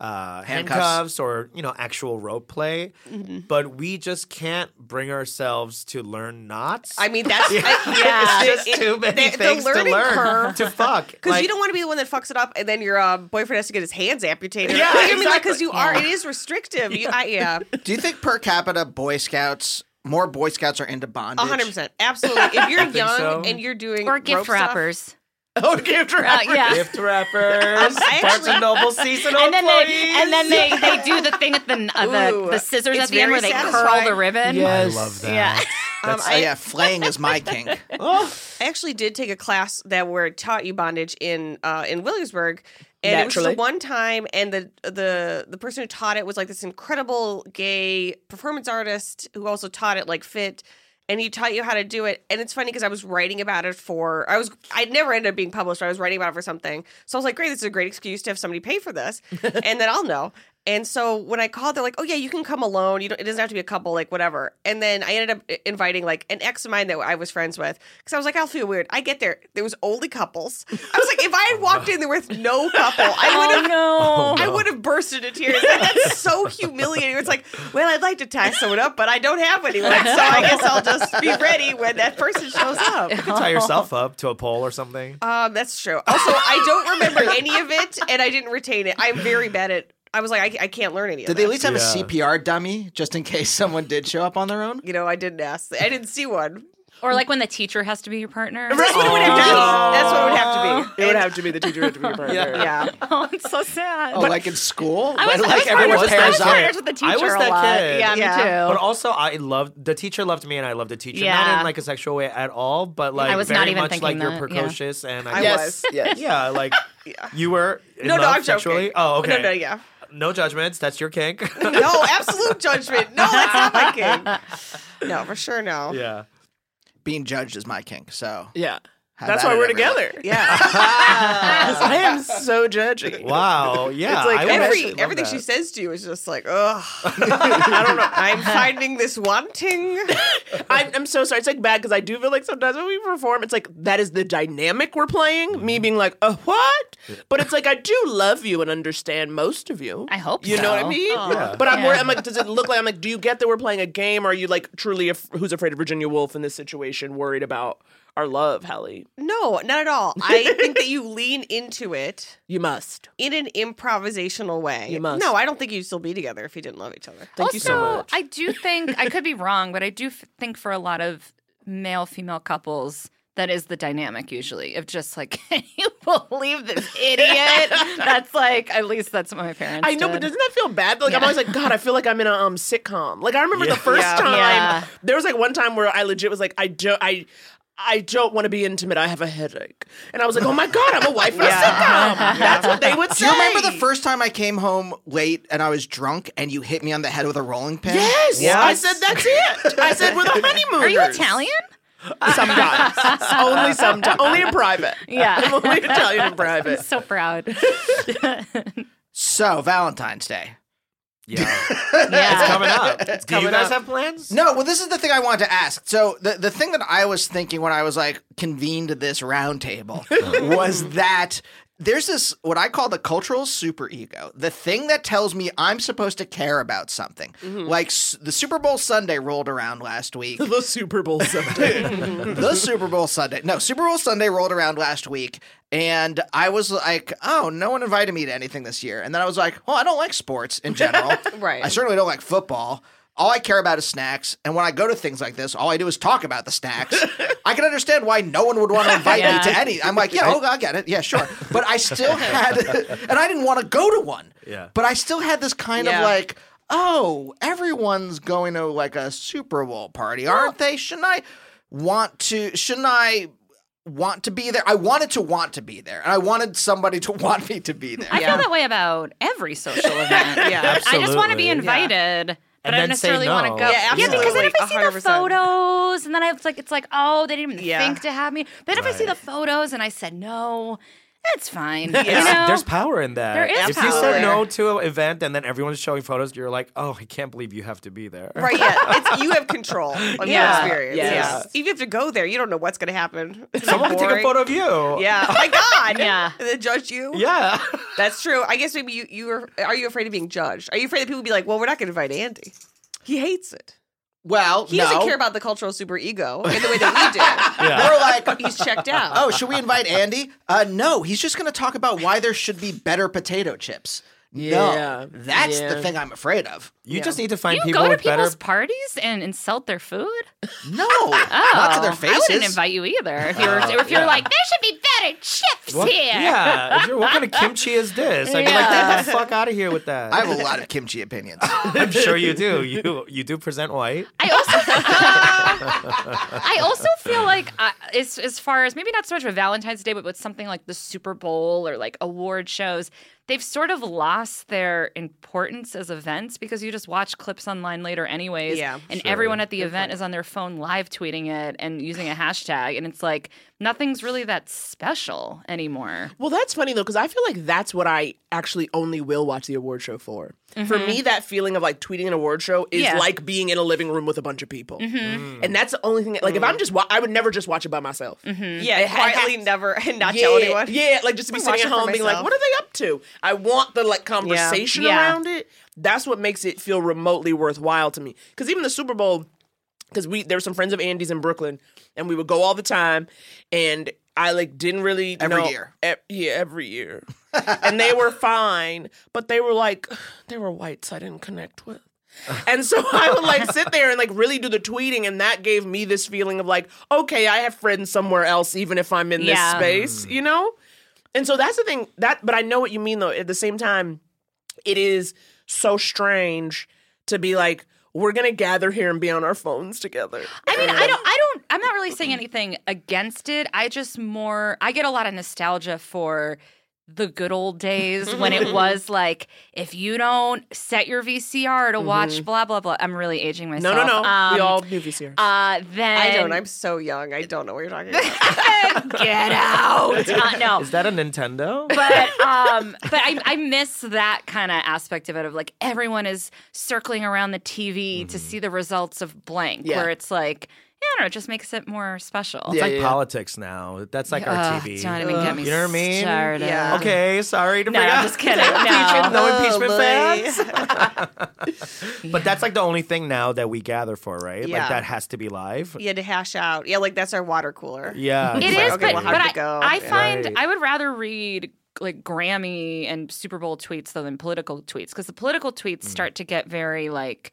Speaker 10: uh,
Speaker 2: Handcuffs.
Speaker 10: handcuffs. or you know actual rope play.
Speaker 9: Mhm.
Speaker 10: But we just can't bring ourselves to learn knots.
Speaker 9: I mean, that's
Speaker 10: Yeah.
Speaker 9: I-
Speaker 10: It's just too many
Speaker 9: the
Speaker 10: things to
Speaker 9: learning
Speaker 10: learn,
Speaker 9: curve-
Speaker 10: to fuck.
Speaker 9: Because
Speaker 10: Like-
Speaker 9: you don't want to be the one that fucks it up, and then your uh, boyfriend has to get his hands amputated.
Speaker 10: Yeah,
Speaker 9: I mean, like, because
Speaker 10: exactly.
Speaker 9: you are, it is restrictive. You, I, yeah,
Speaker 2: Do you think per capita Boy Scouts, more Boy Scouts are into bondage?
Speaker 9: hundred percent, absolutely. If you're
Speaker 2: You think
Speaker 9: young
Speaker 2: so?
Speaker 9: and you're doing
Speaker 11: Or gift
Speaker 9: rope stuff-
Speaker 11: wrappers. Uh,
Speaker 2: Oh, gift wrappers.
Speaker 11: yeah.
Speaker 10: Gift wrappers,
Speaker 11: I
Speaker 10: Barnes
Speaker 11: actually-
Speaker 10: and Noble seasonal
Speaker 11: and then
Speaker 10: employees.
Speaker 11: they and then they, they do the thing at the uh, the,
Speaker 9: Ooh,
Speaker 11: the scissors at
Speaker 9: it's
Speaker 11: the end
Speaker 9: very
Speaker 11: where they curl
Speaker 9: satisfying.
Speaker 11: the ribbon.
Speaker 10: Yes. I love that.
Speaker 11: Yeah.
Speaker 9: Um,
Speaker 2: That's-
Speaker 9: I,
Speaker 2: oh, yeah, flaying is my kink.
Speaker 9: I actually did take a class that where it taught you bondage in uh, in Williamsburg. And it
Speaker 1: Naturally.
Speaker 9: was just the one time, and the the the person who taught it was like this incredible gay performance artist who also taught it like fit, and he taught you how to do it. And it's funny because I was writing about it for I was I never ended up being published. But I was writing about it for something, so I was like, great, this is a great excuse to have somebody pay for this, and then I'll know. And so when I called, they're like, "Oh yeah, you can come alone. You don't, it doesn't have to be a couple, like whatever." And then I ended up i- inviting like an ex of mine that I was friends with because I was like, "I'll feel weird." I get there, there was only couples. I was like, if
Speaker 10: Oh,
Speaker 9: I had walked in there with no couple, I would
Speaker 11: Oh
Speaker 9: have.
Speaker 11: no.
Speaker 9: I would have burst into tears. Like, that's so humiliating. It's like, well, I'd like to tie someone up, but I don't have anyone, so I guess I'll just be ready when that person shows up.
Speaker 10: You can tie yourself up to a pole or something.
Speaker 9: Um, that's true. Also, I don't remember any of it, and I didn't retain it. I'm very bad at. I was like, I, I can't learn any of
Speaker 2: Did they
Speaker 9: this.
Speaker 2: at least have
Speaker 10: Yeah.
Speaker 2: a CPR dummy just in case someone did show up on their own?
Speaker 9: You know, I didn't ask. I didn't see one.
Speaker 11: Or like when the teacher has to be your partner.
Speaker 9: That's what it would have to be. That's what it would have to be.
Speaker 1: It would have to be the teacher would have to be a partner.
Speaker 9: Oh. Yeah.
Speaker 11: Oh, it's so sad.
Speaker 2: Oh, like in school?
Speaker 11: I was,
Speaker 2: When,
Speaker 11: I was
Speaker 2: like
Speaker 11: partners,
Speaker 2: everyone
Speaker 10: was
Speaker 11: I was
Speaker 2: pairs
Speaker 10: that
Speaker 2: up.
Speaker 11: partners with the teacher
Speaker 10: I was
Speaker 11: a
Speaker 10: that
Speaker 11: lot.
Speaker 10: kid.
Speaker 11: Yeah, me
Speaker 9: Yeah.
Speaker 11: too.
Speaker 10: But also, I loved the teacher loved me, and I loved the teacher. Not
Speaker 11: Yeah.
Speaker 10: in like a sexual way at all, but like
Speaker 11: was
Speaker 10: very
Speaker 11: not even
Speaker 10: much like
Speaker 11: thinking
Speaker 10: you're
Speaker 11: that, yeah.
Speaker 10: precocious, and I,
Speaker 9: I
Speaker 2: Yes,
Speaker 9: was.
Speaker 2: yes.
Speaker 10: yeah, like you were in
Speaker 9: No, no,
Speaker 10: love
Speaker 9: I'm
Speaker 10: sexually.
Speaker 9: joking.
Speaker 10: Oh, okay.
Speaker 9: No, no, yeah.
Speaker 10: No judgments. That's your kink.
Speaker 9: No, absolute judgment. No, that's not my king. No, for sure, no.
Speaker 10: yeah.
Speaker 2: Being judged is my kink, so.
Speaker 1: Yeah.
Speaker 2: have
Speaker 1: That's
Speaker 2: at
Speaker 1: why
Speaker 2: it,
Speaker 1: we're
Speaker 2: everyone.
Speaker 1: together.
Speaker 9: Yeah.
Speaker 1: I am so judgy.
Speaker 10: Wow. Yeah.
Speaker 1: It's like
Speaker 10: I would actually
Speaker 9: Every
Speaker 10: love
Speaker 9: everything
Speaker 10: that.
Speaker 9: she says to you is just like, ugh. I don't know. I'm finding this wanting.
Speaker 1: I'm, I'm so sorry. It's like bad because I do feel like sometimes when we perform, it's like that is the dynamic we're playing.
Speaker 11: Mm-hmm.
Speaker 1: Me being like, uh, what? But it's like I do love you and understand most of you.
Speaker 11: I hope
Speaker 1: you know what I
Speaker 11: so.
Speaker 1: mean.
Speaker 10: Yeah.
Speaker 1: But I'm
Speaker 11: Yeah.
Speaker 1: worried. I'm like, does it look like I'm like? Do you get that we're playing a game? Or are you like truly af- who's afraid of Virginia Woolf in this situation? Worried about our love, Hallie?
Speaker 9: No, not at all. I think that you lean into it
Speaker 1: You must.
Speaker 9: in an improvisational way.
Speaker 1: You must.
Speaker 9: No, I don't think you'd still be together if you didn't love each other.
Speaker 1: Thank
Speaker 11: also,
Speaker 1: you so much.
Speaker 11: I do think I could be wrong, but I do f- think for a lot of male female couples. That is the dynamic usually of just like, can you believe this idiot? that's like, at least that's what my parents
Speaker 1: I know,
Speaker 11: did.
Speaker 1: but doesn't that feel bad? Like I'm
Speaker 11: Yeah.
Speaker 1: always like, God, I feel like I'm in a um sitcom. Like I remember
Speaker 10: Yeah.
Speaker 1: the first
Speaker 9: Yeah.
Speaker 1: time
Speaker 11: Yeah.
Speaker 1: there was like one time where I legit was like, I don't, I. I don't want to be intimate. I have a headache. And I was like, oh my God, I'm a wife in a sitcom. That's what they would
Speaker 2: Do
Speaker 1: say.
Speaker 2: you remember the first time I came home late and I was drunk and you hit me on the head with a rolling pin?
Speaker 1: Yes. I said, that's it. I said, we're the honeymooners.
Speaker 11: Are you Italian?
Speaker 1: Sometimes. only sometimes. Only in private.
Speaker 11: Yeah.
Speaker 1: I'm only Italian in private.
Speaker 11: So proud.
Speaker 2: So, Valentine's Day.
Speaker 10: Yeah.
Speaker 11: Yeah.
Speaker 10: Coming up. Do you
Speaker 2: coming
Speaker 10: guys
Speaker 2: up.
Speaker 10: have plans?
Speaker 2: No, well, this is the thing I wanted to ask. So the the thing that I was thinking when I was like convened this round table was that there's this what I call the cultural superego, the thing that tells me I'm supposed to care about something. Like s- the Super Bowl Sunday rolled around last week.
Speaker 1: The Super Bowl Sunday.
Speaker 2: the Super Bowl Sunday. No, Super Bowl Sunday rolled around last week, and I was like, oh, no one invited me to anything this year. And then I was like, well, I don't like sports in general.
Speaker 9: Right.
Speaker 2: I certainly don't like football. All I care about is snacks. And when I go to things like this, all I do is talk about the snacks. I can understand why no one would want to invite
Speaker 11: Yeah.
Speaker 2: me to any. I'm like, yeah, oh, I get it. Yeah, sure. But I still had, and I didn't want to go to one.
Speaker 10: Yeah.
Speaker 2: But I still had this kind of
Speaker 9: Yeah.
Speaker 2: like, oh, everyone's going to like a Super Bowl party, aren't they? Shouldn't I want to? Shouldn't I want to be there. I wanted to want to be there, and I wanted somebody to want me to be there.
Speaker 11: I feel that way about every social event.
Speaker 2: Yeah.
Speaker 11: I just want to be
Speaker 2: Absolutely.
Speaker 11: invited. But
Speaker 2: And
Speaker 11: I
Speaker 2: then
Speaker 11: don't
Speaker 2: say
Speaker 11: necessarily
Speaker 2: no.
Speaker 11: want to go.
Speaker 2: Yeah,
Speaker 11: because then if I see the
Speaker 9: absolutely, 100%.
Speaker 11: photos, and then I it's like, it's like, oh, they didn't even
Speaker 9: Yeah.
Speaker 11: think to have me. But then if I see the
Speaker 10: Right.
Speaker 11: photos and I said no, that's fine.
Speaker 10: It's-
Speaker 11: You know?
Speaker 10: There's power in that.
Speaker 11: There is
Speaker 10: if you said
Speaker 11: power.
Speaker 10: no to an event and then everyone's showing photos, you're like, oh, I can't believe you have to be there.
Speaker 9: Right, yeah. It's you have control of
Speaker 10: Yeah.
Speaker 9: your experience.
Speaker 10: Yes.
Speaker 9: Yeah. If you have to go there, you don't know what's gonna happen.
Speaker 10: Someone can take a
Speaker 9: Boring.
Speaker 10: photo of you.
Speaker 9: Yeah. Oh my God.
Speaker 11: yeah.
Speaker 9: And then judge you.
Speaker 10: Yeah.
Speaker 9: That's true. I guess maybe you you are are you afraid of being judged? Are you afraid that people would be like, well, we're not gonna invite Andy. He hates it.
Speaker 2: Well,
Speaker 9: He
Speaker 2: no.
Speaker 9: doesn't care about the cultural superego in the way that we do.
Speaker 2: They were like,
Speaker 9: he's checked out.
Speaker 2: Oh, should we invite Andy? Uh, no, he's just going to talk about why there should be better potato chips.
Speaker 10: Yeah,
Speaker 2: no, that's
Speaker 10: yeah.
Speaker 2: the thing I'm afraid of.
Speaker 10: You just need to find
Speaker 11: you
Speaker 10: people
Speaker 11: go to
Speaker 10: with better-
Speaker 11: people's parties and insult their food.
Speaker 2: No,
Speaker 11: oh,
Speaker 10: not to their
Speaker 11: I wouldn't
Speaker 10: faces.
Speaker 11: invite you either. If you're
Speaker 10: Oh,
Speaker 11: if you're
Speaker 10: yeah.
Speaker 11: like, there should be better chips
Speaker 10: What-
Speaker 11: here.
Speaker 10: Yeah. If you're, what kind of kimchi is this? I'd be like,
Speaker 11: Yeah.
Speaker 10: get the fuck out of here with that.
Speaker 2: I have a lot of kimchi opinions.
Speaker 10: I'm sure you do. You you do present white.
Speaker 11: I
Speaker 10: also
Speaker 11: I also feel like, uh, as, as far as maybe not so much with Valentine's Day, but with something like the Super Bowl or like award shows, they've sort of lost their importance as events because you just watch clips online later, anyways.
Speaker 9: Yeah.
Speaker 11: And
Speaker 9: Sure.
Speaker 11: everyone at the
Speaker 9: Good
Speaker 11: event
Speaker 9: point.
Speaker 11: is on their phone live tweeting it and using a hashtag. And it's like, nothing's really that special anymore.
Speaker 1: Well, that's funny though, because I feel like that's what I actually only will watch the award show for. For
Speaker 11: Mhm.
Speaker 1: me, that feeling of like tweeting an award show is
Speaker 11: Yeah.
Speaker 1: like being in a living room with a bunch of people,
Speaker 11: Mhm.
Speaker 1: and that's the only thing. That, like, if I'm just, wa- I would never just watch it by myself.
Speaker 11: Mm-hmm.
Speaker 9: Yeah,
Speaker 1: It ha-
Speaker 9: quietly never and not
Speaker 1: Mm-hmm. yeah,
Speaker 9: tell anyone.
Speaker 1: Yeah, like just to be
Speaker 9: I'm
Speaker 1: sitting
Speaker 9: watching
Speaker 1: at
Speaker 9: for
Speaker 1: home being like,
Speaker 9: myself.
Speaker 1: what are they up to? I want the like conversation
Speaker 9: Yeah.
Speaker 1: around it. That's what makes it feel remotely worthwhile to me. Because even the Super Bowl, because we there were some friends of Andy's in Brooklyn, and we would go all the time, and I like didn't really
Speaker 2: Every
Speaker 1: know-
Speaker 2: year.
Speaker 1: e- yeah, every year, and they were fine, but they were like they were whites I didn't connect with. And so I would like sit there and like really do the tweeting, and that gave me this feeling of like, okay, I have friends somewhere else, even if I'm in this
Speaker 11: Yeah.
Speaker 1: space, you know? And so that's the thing that, but I know what you mean though. At the same time, it is so strange to be like, we're gonna gather here and be on our phones together.
Speaker 11: I mean, I don't, I don't, I'm not really saying anything against it. I just more, I get a lot of nostalgia for the good old days when
Speaker 1: Mm-hmm.
Speaker 11: it was like, if you don't set your VCR to watch
Speaker 1: Mhm.
Speaker 11: blah, blah, blah. I'm really aging
Speaker 1: No,
Speaker 11: myself.
Speaker 1: no, no. we
Speaker 11: Um,
Speaker 1: all do VCR.
Speaker 11: Uh, then
Speaker 9: I don't. I'm so young. I don't know what you're talking about.
Speaker 11: get out. Uh, no,
Speaker 10: Is that a Nintendo?
Speaker 11: but um, but I, I miss that kind of aspect of it of like everyone is circling around the TV to see the results of blank,
Speaker 10: Yeah.
Speaker 11: where it's like. I don't know. It just makes it more special.
Speaker 10: It's like politics now. That's like
Speaker 11: Ugh,
Speaker 10: our TV.
Speaker 11: don't even get me
Speaker 10: You know what I mean?
Speaker 11: started. Yeah.
Speaker 10: Okay, sorry to
Speaker 11: No,
Speaker 10: bring
Speaker 11: I'm
Speaker 10: up-
Speaker 11: just kidding. No.
Speaker 10: impeachment, no
Speaker 11: Oh,
Speaker 10: impeachment
Speaker 11: boy.
Speaker 10: fans. but that's like the only thing now that we gather for, right?
Speaker 9: Yeah.
Speaker 10: Like that has to be live.
Speaker 9: You had to hash out. Yeah, like that's our water cooler.
Speaker 10: Yeah,
Speaker 11: It
Speaker 10: It's
Speaker 11: is,
Speaker 10: like,
Speaker 11: but,
Speaker 10: okay, well,
Speaker 11: but
Speaker 10: how'd
Speaker 11: I,
Speaker 10: it go?
Speaker 11: I find
Speaker 10: Right.
Speaker 11: I would rather read like Grammy and Super Bowl tweets though than political tweets because the political tweets start to get very like,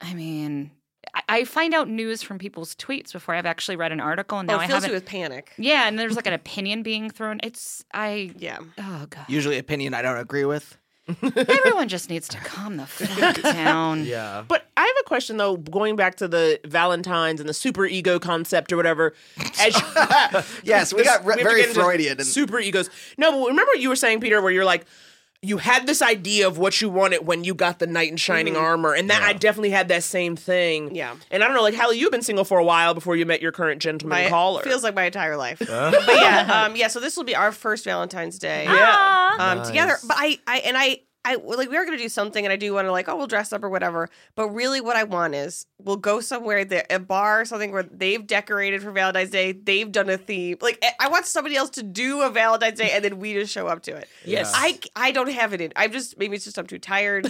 Speaker 11: I mean, I, I find out news from people's tweets before I've actually read an article, and now
Speaker 9: oh, it
Speaker 11: I
Speaker 9: fills
Speaker 11: haven't.
Speaker 9: you with panic.
Speaker 11: yeah, and there's like an opinion being thrown. It's I yeah. Oh god,
Speaker 2: Usually, opinion I don't agree with.
Speaker 11: everyone just needs to calm the fuck down.
Speaker 10: Yeah.
Speaker 1: But I have a question though, going back to the Valentine's and the super ego concept or whatever. As you-
Speaker 2: Yes, we got re-
Speaker 1: have to
Speaker 2: very
Speaker 1: get into
Speaker 2: Freudian and-
Speaker 1: Super egos. No, but remember what you were saying, Peter, where you're like, you had this idea of what you wanted when you got the knight in shining
Speaker 9: Mhm.
Speaker 1: armor, and that I definitely had that same thing.
Speaker 9: Yeah.
Speaker 1: And I don't know, like Hallie, you've been single for a while before you met your current gentleman
Speaker 9: My,
Speaker 1: caller.
Speaker 9: feels like my entire life.
Speaker 1: Huh?
Speaker 9: but yeah, um, yeah. So this will be our first Valentine's Day.
Speaker 1: Yeah.
Speaker 9: um,
Speaker 1: Nice.
Speaker 9: together. But I, I, and I, I like we are gonna do something, and I do want to like, oh, we'll dress up or whatever. But really, what I want is we'll go somewhere, that a bar or something where they've decorated for Valentine's Day. They've done a theme. Like eh, I- I want somebody else to do a Valentine's Day, and then we just show up to it.
Speaker 1: Yes.
Speaker 9: I, I don't have it in. I'm just maybe it's just I'm too tired,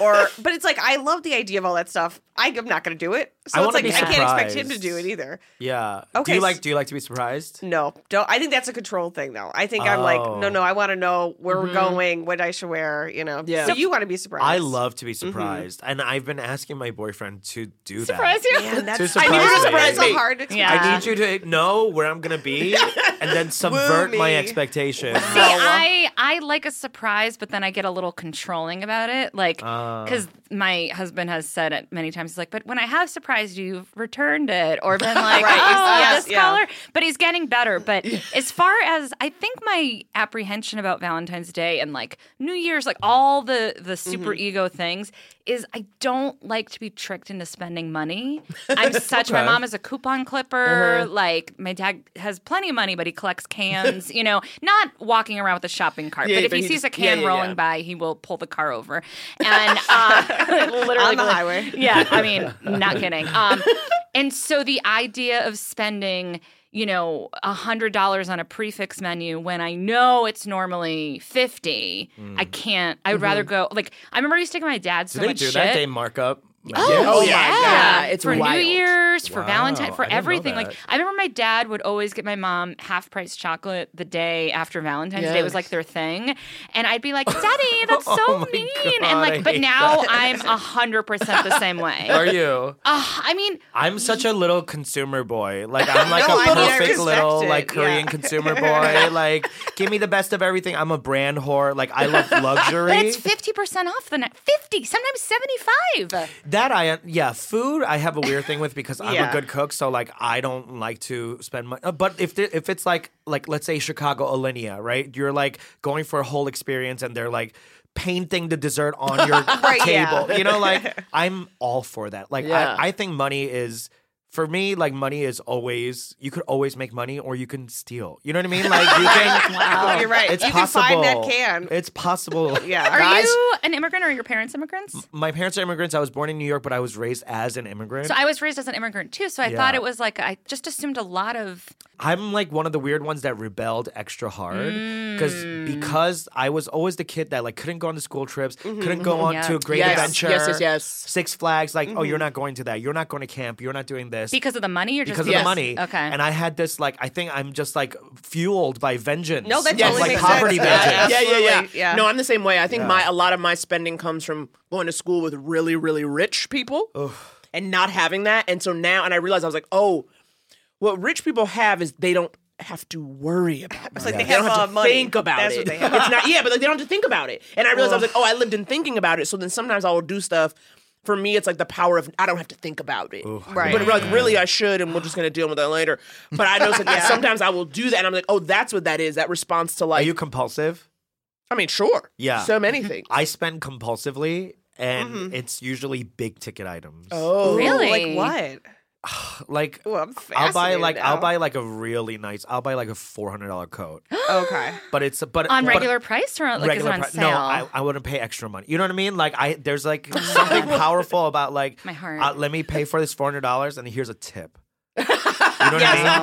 Speaker 9: or but it's like I love the idea of all that stuff. I, am not gonna do it. So
Speaker 10: I
Speaker 9: it's
Speaker 10: wanna
Speaker 9: like
Speaker 10: be
Speaker 9: I can't expect him to
Speaker 10: surprised.
Speaker 9: do it either.
Speaker 10: Yeah.
Speaker 9: Okay,
Speaker 10: Do you
Speaker 9: s-
Speaker 10: like? Do you like to be surprised?
Speaker 9: No, don't. I think that's a control thing, though. I think I'm like, no,
Speaker 10: Oh.
Speaker 9: no. I want to know where
Speaker 10: Mhm.
Speaker 9: we're going, what I should wear. You know.
Speaker 10: Yeah.
Speaker 9: So you want to be surprised.
Speaker 10: I love to be
Speaker 11: Mm-hmm.
Speaker 10: surprised, and I've been asking my boyfriend to do
Speaker 9: Surprise
Speaker 10: that.
Speaker 9: you? Man, that's-
Speaker 10: to
Speaker 9: I
Speaker 10: surprise
Speaker 9: need you to surprise
Speaker 10: me.
Speaker 9: me. So hard to Yeah.
Speaker 10: I
Speaker 9: surprise.
Speaker 10: need you to know where I'm gonna be, and then subvert my
Speaker 9: me.
Speaker 10: expectations.
Speaker 11: See, I I like a surprise, but then I get a little controlling about it, like
Speaker 10: Ah.
Speaker 11: because my husband has said it many times. He's like, "But when I have surprised you've returned it or been like,
Speaker 9: Right,
Speaker 11: oh,
Speaker 9: yes,
Speaker 11: this
Speaker 9: yeah.
Speaker 11: color. But he's getting better. But as far as I think my apprehension about Valentine's Day and like New Year's, like all the the
Speaker 9: Mm-hmm.
Speaker 11: super ego things, is I don't like to be tricked into spending money. I'm such my
Speaker 12: Okay.
Speaker 11: mom is a coupon clipper.
Speaker 12: Uh-huh.
Speaker 11: Like my dad has plenty of money, but he collects cans. you know, not walking around with a shopping cart,
Speaker 12: Yeah,
Speaker 11: but if
Speaker 12: but
Speaker 11: he,
Speaker 12: he
Speaker 11: sees
Speaker 12: just-
Speaker 11: a can
Speaker 12: yeah, yeah,
Speaker 11: rolling
Speaker 12: yeah.
Speaker 11: by, he will pull the car over. And uh, literally
Speaker 9: On the
Speaker 11: like-
Speaker 9: highway.
Speaker 11: Yeah, I mean, not kidding. Um, and so the idea of spending, you know, a hundred dollars on a prefix menu when I know it's normally fifty, I can't. I would rather go. Like I remember I used to take my dad
Speaker 10: Do
Speaker 11: so
Speaker 10: they
Speaker 11: much
Speaker 10: do
Speaker 11: shit.
Speaker 10: that day markup?
Speaker 11: Oh, yeah.
Speaker 1: God. It's
Speaker 11: for
Speaker 1: wild.
Speaker 11: New Year's, for
Speaker 10: Wow,
Speaker 11: Valentine,
Speaker 10: I
Speaker 11: for
Speaker 10: didn't know
Speaker 11: everything. Like
Speaker 10: that.
Speaker 11: I remember my dad would always get my mom half price chocolate the day after Valentine's Day was
Speaker 12: Yes.
Speaker 11: like their thing, and I'd be like, "Daddy, that's so
Speaker 12: Oh my
Speaker 11: mean,"
Speaker 10: God,
Speaker 11: and
Speaker 10: I
Speaker 11: like, but
Speaker 10: hate
Speaker 11: now
Speaker 10: that.
Speaker 11: I'm a hundred percent the same way.
Speaker 10: Are you?
Speaker 11: Ugh, I mean,
Speaker 10: I'm such a little consumer boy. Like I'm like
Speaker 11: No, I
Speaker 10: a
Speaker 11: mean, I
Speaker 10: perfect
Speaker 11: respect
Speaker 10: little
Speaker 11: it.
Speaker 10: like
Speaker 11: Yeah.
Speaker 10: Korean consumer boy. Like give me the best of everything. I'm a brand whore. Like I love luxury.
Speaker 11: but it's fifty percent off the night. Fifty, sometimes seventy-five.
Speaker 10: That I yeah, food I have a weird thing with because I'm
Speaker 11: Yeah.
Speaker 10: a good cook, so like I don't like to spend money. But if there, if it's like like let's say Chicago Alinea, right? You're like going for a whole experience, and they're like painting the dessert on your
Speaker 12: Right, yeah.
Speaker 10: table. You know, like I'm all for that. Like
Speaker 12: Yeah.
Speaker 10: I, I think money is. For me, like money is always you could always make money or you can steal. You know what I mean? Like you can
Speaker 9: Wow. You're right.
Speaker 10: It's
Speaker 9: You can
Speaker 10: possible.
Speaker 9: find that can.
Speaker 10: It's possible.
Speaker 9: Yeah.
Speaker 11: Are
Speaker 10: Guys,
Speaker 11: you an immigrant or are your parents immigrants?
Speaker 10: my parents are immigrants. I was born in New York, but I was raised as an immigrant.
Speaker 11: So I was raised as an immigrant too. So I
Speaker 10: Yeah.
Speaker 11: thought it was like I just assumed a lot of
Speaker 10: I'm like one of the weird ones that rebelled extra hard because
Speaker 11: Mm.
Speaker 10: because I was always the kid that like couldn't go on the school trips,
Speaker 11: Mm-hmm,
Speaker 1: Mhm.
Speaker 10: couldn't go
Speaker 1: Mhm.
Speaker 10: on
Speaker 1: Yeah.
Speaker 10: to a great
Speaker 1: Yes.
Speaker 10: adventure,
Speaker 1: Yes, yes, yes.
Speaker 10: Six Flags, like oh
Speaker 11: Mhm.
Speaker 10: you're not going to that, you're not going to camp, you're not doing this
Speaker 11: because of the money. You're just
Speaker 10: because of the money.
Speaker 11: Okay,
Speaker 10: and I had this like I think I'm just like fueled by vengeance.
Speaker 11: No, that
Speaker 10: Yes.
Speaker 11: totally
Speaker 10: like
Speaker 11: makes
Speaker 10: poverty
Speaker 11: sense.
Speaker 10: vengeance.
Speaker 1: Yeah, yeah, yeah,
Speaker 9: Absolutely, yeah.
Speaker 1: No, I'm the same way. I think
Speaker 10: Yeah.
Speaker 1: my a lot of my spending comes from going to school with really, really rich people and not having that. And so now, and I realized I was like, oh, what rich people have is they don't have to worry about money.
Speaker 9: like they
Speaker 1: don't
Speaker 9: have,
Speaker 1: have
Speaker 9: uh,
Speaker 1: to
Speaker 9: money.
Speaker 1: think about
Speaker 9: That's
Speaker 1: it.
Speaker 9: what they have.
Speaker 1: It's not, yeah, but like they don't have to think about it. And I realized I was
Speaker 9: Ugh.
Speaker 1: like, oh, I lived in thinking about it. So then sometimes I will do stuff. For me, it's like the power of I don't have to think about it.
Speaker 9: Right.
Speaker 1: But like really, I should, and we're just gonna deal with that later. But I know it's like,
Speaker 9: Yeah.
Speaker 1: sometimes I will do that, and I'm like, oh, that's what that is. That response to like
Speaker 10: Are you compulsive?
Speaker 1: I mean, sure.
Speaker 10: Yeah. Mm-hmm.
Speaker 1: So many things.
Speaker 10: I spend compulsively, and
Speaker 1: Mhm.
Speaker 10: it's usually big ticket items.
Speaker 1: Oh,
Speaker 9: Like what?
Speaker 10: Like
Speaker 9: Ooh, I'm
Speaker 10: I'll buy
Speaker 9: fascinated
Speaker 10: like I'll
Speaker 9: now.
Speaker 10: buy like a really nice. I'll buy like a four hundred dollar coat,
Speaker 9: Okay.
Speaker 10: but it's but
Speaker 11: on
Speaker 10: but-
Speaker 11: regular price or like is it
Speaker 10: regular
Speaker 11: on
Speaker 10: pri-
Speaker 11: sale?
Speaker 10: No, I, I wouldn't pay extra money. You know what I mean? Like I there's like something powerful about like
Speaker 11: My heart.
Speaker 10: uh, let me pay for this four hundred dollars and here's a tip.
Speaker 9: Yes.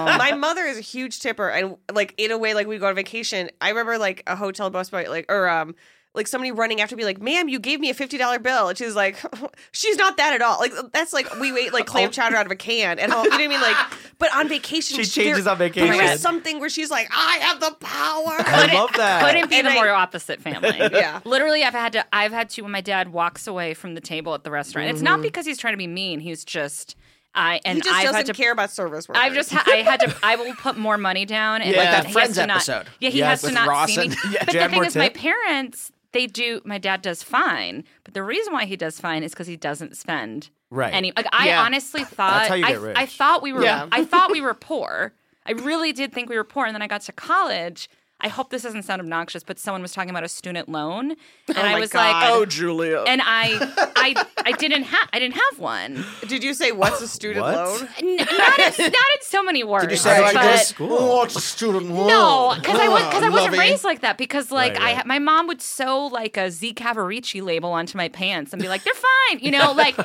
Speaker 9: my mother is a huge tipper, and like in a way, like we go on vacation. I remember like a hotel bus boy, like or um. Like somebody running after me, like, ma'am, you gave me a fifty dollar bill, and she's like, she's not that at all. Like that's like we ate like clam chowder out of a can, and all, you know what I mean. Like, but on vacation,
Speaker 10: Oh. She changes
Speaker 9: there-
Speaker 10: on vacation.
Speaker 9: There is something where she's like, I have the power.
Speaker 10: I love that.
Speaker 11: Couldn't be
Speaker 9: And
Speaker 11: the
Speaker 9: I-
Speaker 11: more opposite family.
Speaker 9: Yeah.
Speaker 11: Literally, I've had to. I've had to when my dad walks away from the table at the restaurant. It's
Speaker 9: Mm-hmm.
Speaker 11: not because he's trying to be mean. He's just. I and
Speaker 9: he just
Speaker 11: I've
Speaker 9: doesn't
Speaker 11: had to
Speaker 9: care about service workers.
Speaker 11: I've just ha- I had to I will put more money down and
Speaker 9: Yeah. Like that
Speaker 11: he has
Speaker 9: Friends
Speaker 11: to not-
Speaker 9: episode.
Speaker 11: yeah, he
Speaker 9: Yes,
Speaker 11: has to
Speaker 9: with
Speaker 11: not
Speaker 9: Ross
Speaker 11: see me.
Speaker 9: and- Yeah.
Speaker 11: But
Speaker 9: Jan
Speaker 11: the thing is, my
Speaker 9: Mortant.
Speaker 11: parents they do. My dad does fine, but the reason why he does fine is because he doesn't spend.
Speaker 12: Right.
Speaker 11: Any like I
Speaker 12: Yeah.
Speaker 11: honestly thought
Speaker 12: how you
Speaker 11: I,
Speaker 12: get rich.
Speaker 11: I thought we were
Speaker 12: Yeah.
Speaker 11: I thought we were poor. I really did think we were poor, and then I got to college. I hope this doesn't sound obnoxious, but someone was talking about a student loan, and
Speaker 9: Oh
Speaker 11: I
Speaker 9: my
Speaker 11: was like,
Speaker 9: God. Oh,
Speaker 1: Julia.
Speaker 11: And I, I, I didn't have, I didn't have one.
Speaker 9: Did you say what's a student
Speaker 11: What?
Speaker 9: loan?
Speaker 11: N- not, in, not in so many words. but-
Speaker 13: What's a student loan?
Speaker 11: No,
Speaker 10: Oh.
Speaker 11: because I was because I wasn't
Speaker 13: Lovey.
Speaker 11: raised like that. Because like
Speaker 13: Right,
Speaker 11: I, ha- my mom would sew like a Z Cavarici label onto my pants and be like, "They're fine," you know, like.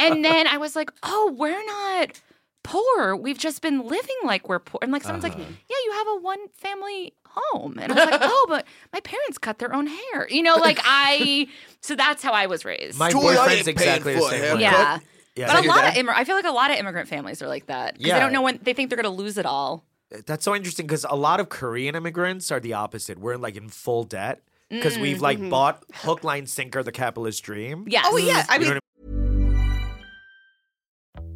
Speaker 11: And then I was like, "Oh, we're not poor. We've just been living like we're poor." And like someone's like,
Speaker 10: Uh-huh.
Speaker 11: "Yeah, you have a one family home," and I was like, "Oh, but my parents cut their own hair," you know, like I. So that's how I was raised.
Speaker 10: My boyfriend's exactly the same. way.
Speaker 11: Yeah.
Speaker 10: Yeah.
Speaker 11: But a lot of immig- I feel like a lot of immigrant families are like that because
Speaker 10: Yeah.
Speaker 11: they don't know when they think they're going to lose it all.
Speaker 10: That's so interesting because a lot of Korean immigrants are the opposite. We're like in full debt because
Speaker 11: Mm.
Speaker 10: we've like
Speaker 11: Mhm.
Speaker 10: bought hook, line, sinker, the capitalist dream.
Speaker 11: Yes. Oh, yeah. I
Speaker 10: You know
Speaker 11: mean-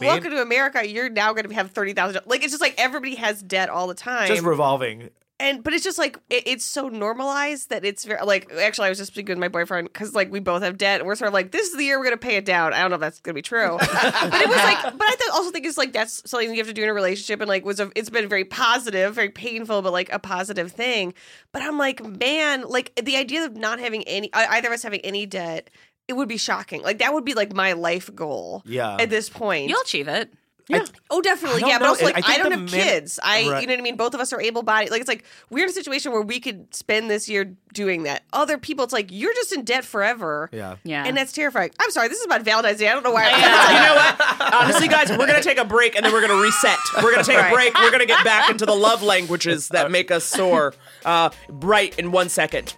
Speaker 9: Welcome to America. You're now going to have thirty thousand. Like it's just like everybody has debt all the time.
Speaker 10: Just revolving.
Speaker 9: and but it's just like it, it's so normalized that it's very like actually I was just speaking with my boyfriend because like we both have debt and we're sort of like this is the year we're gonna pay it down. I don't know if that's gonna be true, but it was like but I th- also think it's like that's something you have to do in a relationship and like was a, it's been very positive, very painful, but like a positive thing. But I'm like man, like the idea of not having any ei- either of us having any debt. It would be shocking. Like that would be like my life goal.
Speaker 10: Yeah.
Speaker 9: At this point,
Speaker 11: you'll achieve it.
Speaker 9: Yeah. oh, definitely.
Speaker 11: I don't
Speaker 9: Yeah, but
Speaker 11: know.
Speaker 9: also
Speaker 11: I
Speaker 9: like
Speaker 11: think
Speaker 9: I, don't
Speaker 11: the
Speaker 9: have
Speaker 11: min-
Speaker 9: kids. I,
Speaker 11: Right.
Speaker 9: you know what I mean. Both of us are able bodied. Like it's like we're in a situation where we could spend this year doing that. Other people, it's like you're just in debt forever.
Speaker 10: Yeah.
Speaker 11: Yeah.
Speaker 9: And that's terrifying. I'm sorry. This is about Valentine's Day. I don't know why. I'm
Speaker 1: Honestly, guys, we're gonna take a break and then we're gonna reset. We're gonna take
Speaker 9: Right.
Speaker 1: a break. We're gonna get back into the love languages that make us soar. Uh, right in one second.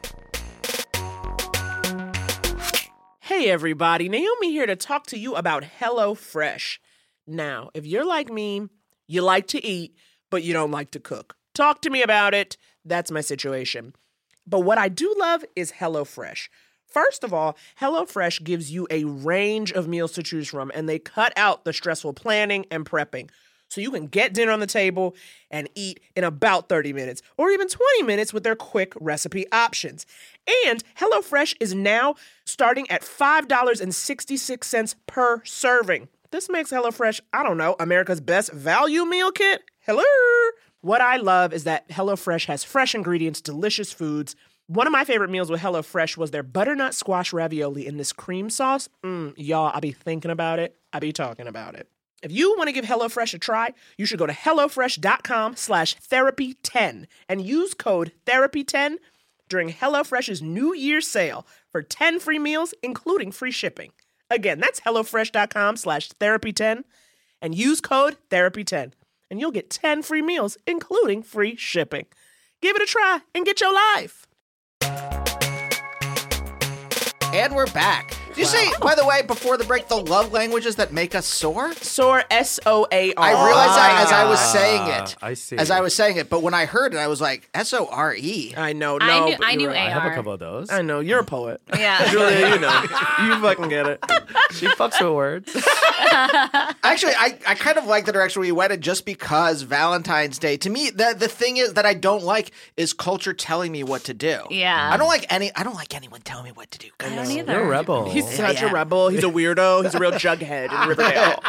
Speaker 1: Hey, everybody. Naomi here to talk to you about HelloFresh. Now, if you're like me, you like to eat, but you don't like to cook. Talk to me about it. That's my situation. But what I do love is HelloFresh. First of all, HelloFresh gives you a range of meals to choose from, and they cut out the stressful planning and prepping. So you can get dinner on the table and eat in about 30 minutes or even 20 minutes with their quick recipe options. And HelloFresh is now starting at $5.66 per serving. This makes HelloFresh, I don't know, America's best value meal kit. Hello. What I love is that HelloFresh has fresh ingredients, delicious foods. One of my favorite meals with HelloFresh was their butternut squash ravioli in this cream sauce. Mm, y'all, I be thinking about it. I be talking about it. If you want to give HelloFresh a try, you should go to HelloFresh.com slash therapy10 and use code therapy10 during HelloFresh's New Year sale for 10 free meals, including free shipping. Again, that's HelloFresh.com slash therapy10 and use code therapy10 and you'll get 10 free meals, including free shipping. Give it a try and get your life.
Speaker 2: And we're back. Did you say, by the way, before the break, the love languages that make us soar?
Speaker 1: Soar, S O A R.
Speaker 2: I realized that as I was
Speaker 11: Ah.
Speaker 2: saying it.
Speaker 10: Ah, I see.
Speaker 2: As I was saying it, but when I heard it, I was like, S O R E.
Speaker 1: I know,
Speaker 11: I no, knew- but I you're knew right. I have a AR. couple
Speaker 10: of those.
Speaker 1: I know, you're a poet.
Speaker 11: Yeah.
Speaker 1: Julia, you know. You fucking get it.
Speaker 10: She fucks with words.
Speaker 2: Actually, I, I kind of like the direction we went in just because Valentine's Day. To me, the the thing is that I don't like is culture telling me what to do.
Speaker 11: Yeah.
Speaker 2: I don't like any. I don't like anyone telling me what to do. I
Speaker 11: don't either.
Speaker 10: You're a rebel.
Speaker 1: He's such
Speaker 2: yeah.
Speaker 1: a rebel. He's a weirdo. He's a real jughead in Riverdale.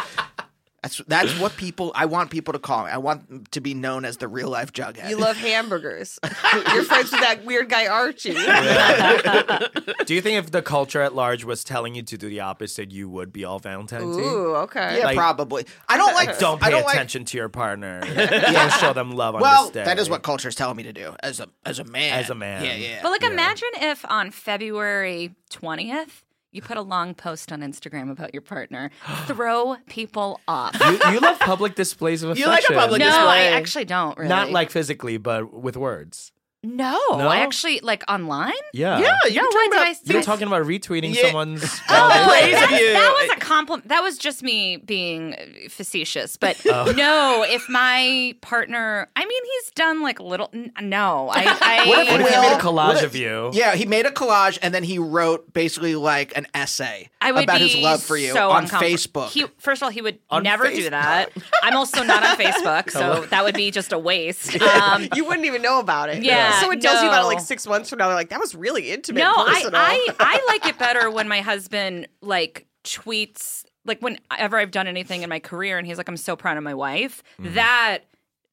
Speaker 2: That's that's what people. I want people to call me. I want to be known as the real life jughead.
Speaker 9: You love hamburgers. You're friends with that weird guy Archie.
Speaker 10: do you think if the culture at large was telling you to do the opposite, you would be all Valentine's Day?
Speaker 9: Ooh, okay.
Speaker 2: Yeah,
Speaker 10: Like-
Speaker 2: probably. I don't like.
Speaker 10: Don't
Speaker 2: I
Speaker 10: pay
Speaker 2: don't like,
Speaker 10: attention to your partner. Don't show them love on
Speaker 2: Well,
Speaker 10: this day.
Speaker 2: that is what culture is telling me to do as a as a man.
Speaker 10: As a man.
Speaker 2: Yeah, yeah.
Speaker 11: But like, imagine if on February twentieth. You put a long post on Instagram about your partner. Throw people off.
Speaker 10: you, you love public displays of
Speaker 1: You
Speaker 10: affection.
Speaker 1: like a public
Speaker 11: no,
Speaker 1: display.
Speaker 11: I actually don't really.
Speaker 10: Not like physically, but with words.
Speaker 11: No,
Speaker 10: No?
Speaker 11: I actually like online.
Speaker 10: Yeah.
Speaker 11: yeah.
Speaker 10: you're
Speaker 11: no,
Speaker 10: talking
Speaker 11: when did
Speaker 10: about,
Speaker 11: I see
Speaker 10: you're
Speaker 11: it?
Speaker 10: talking about retweeting
Speaker 11: Yeah.
Speaker 10: someone's.
Speaker 11: Oh,
Speaker 10: Oh,
Speaker 11: that, that was a compliment. That was just me being uh, facetious. But
Speaker 10: Oh.
Speaker 11: no, if my partner, I mean, he's done like little. n- No, I. I
Speaker 2: What if
Speaker 10: What if he
Speaker 2: Will-
Speaker 10: made a collage
Speaker 2: what if-
Speaker 10: of you?
Speaker 2: Yeah, he made a collage and then he wrote basically like an essay
Speaker 11: I would
Speaker 2: about
Speaker 11: be
Speaker 2: his love for you
Speaker 11: so
Speaker 2: on
Speaker 11: uncomfort-
Speaker 2: Facebook.
Speaker 11: He, first of all, he would
Speaker 2: On
Speaker 11: never do that. I'm also not on Facebook,
Speaker 2: Hello.
Speaker 11: so that would be just a waste.
Speaker 9: Um,
Speaker 11: Um,
Speaker 9: you wouldn't even know about it.
Speaker 11: Yeah,
Speaker 9: Someone tells you about it like
Speaker 11: no.
Speaker 9: six months from now. They're like, that was really intimate.
Speaker 11: no, I,
Speaker 9: personal.
Speaker 11: I I like it better when my husband like tweets like whenever I've done anything in my career, and he's like, "I'm so proud of my wife."
Speaker 2: Mm-hmm.
Speaker 11: That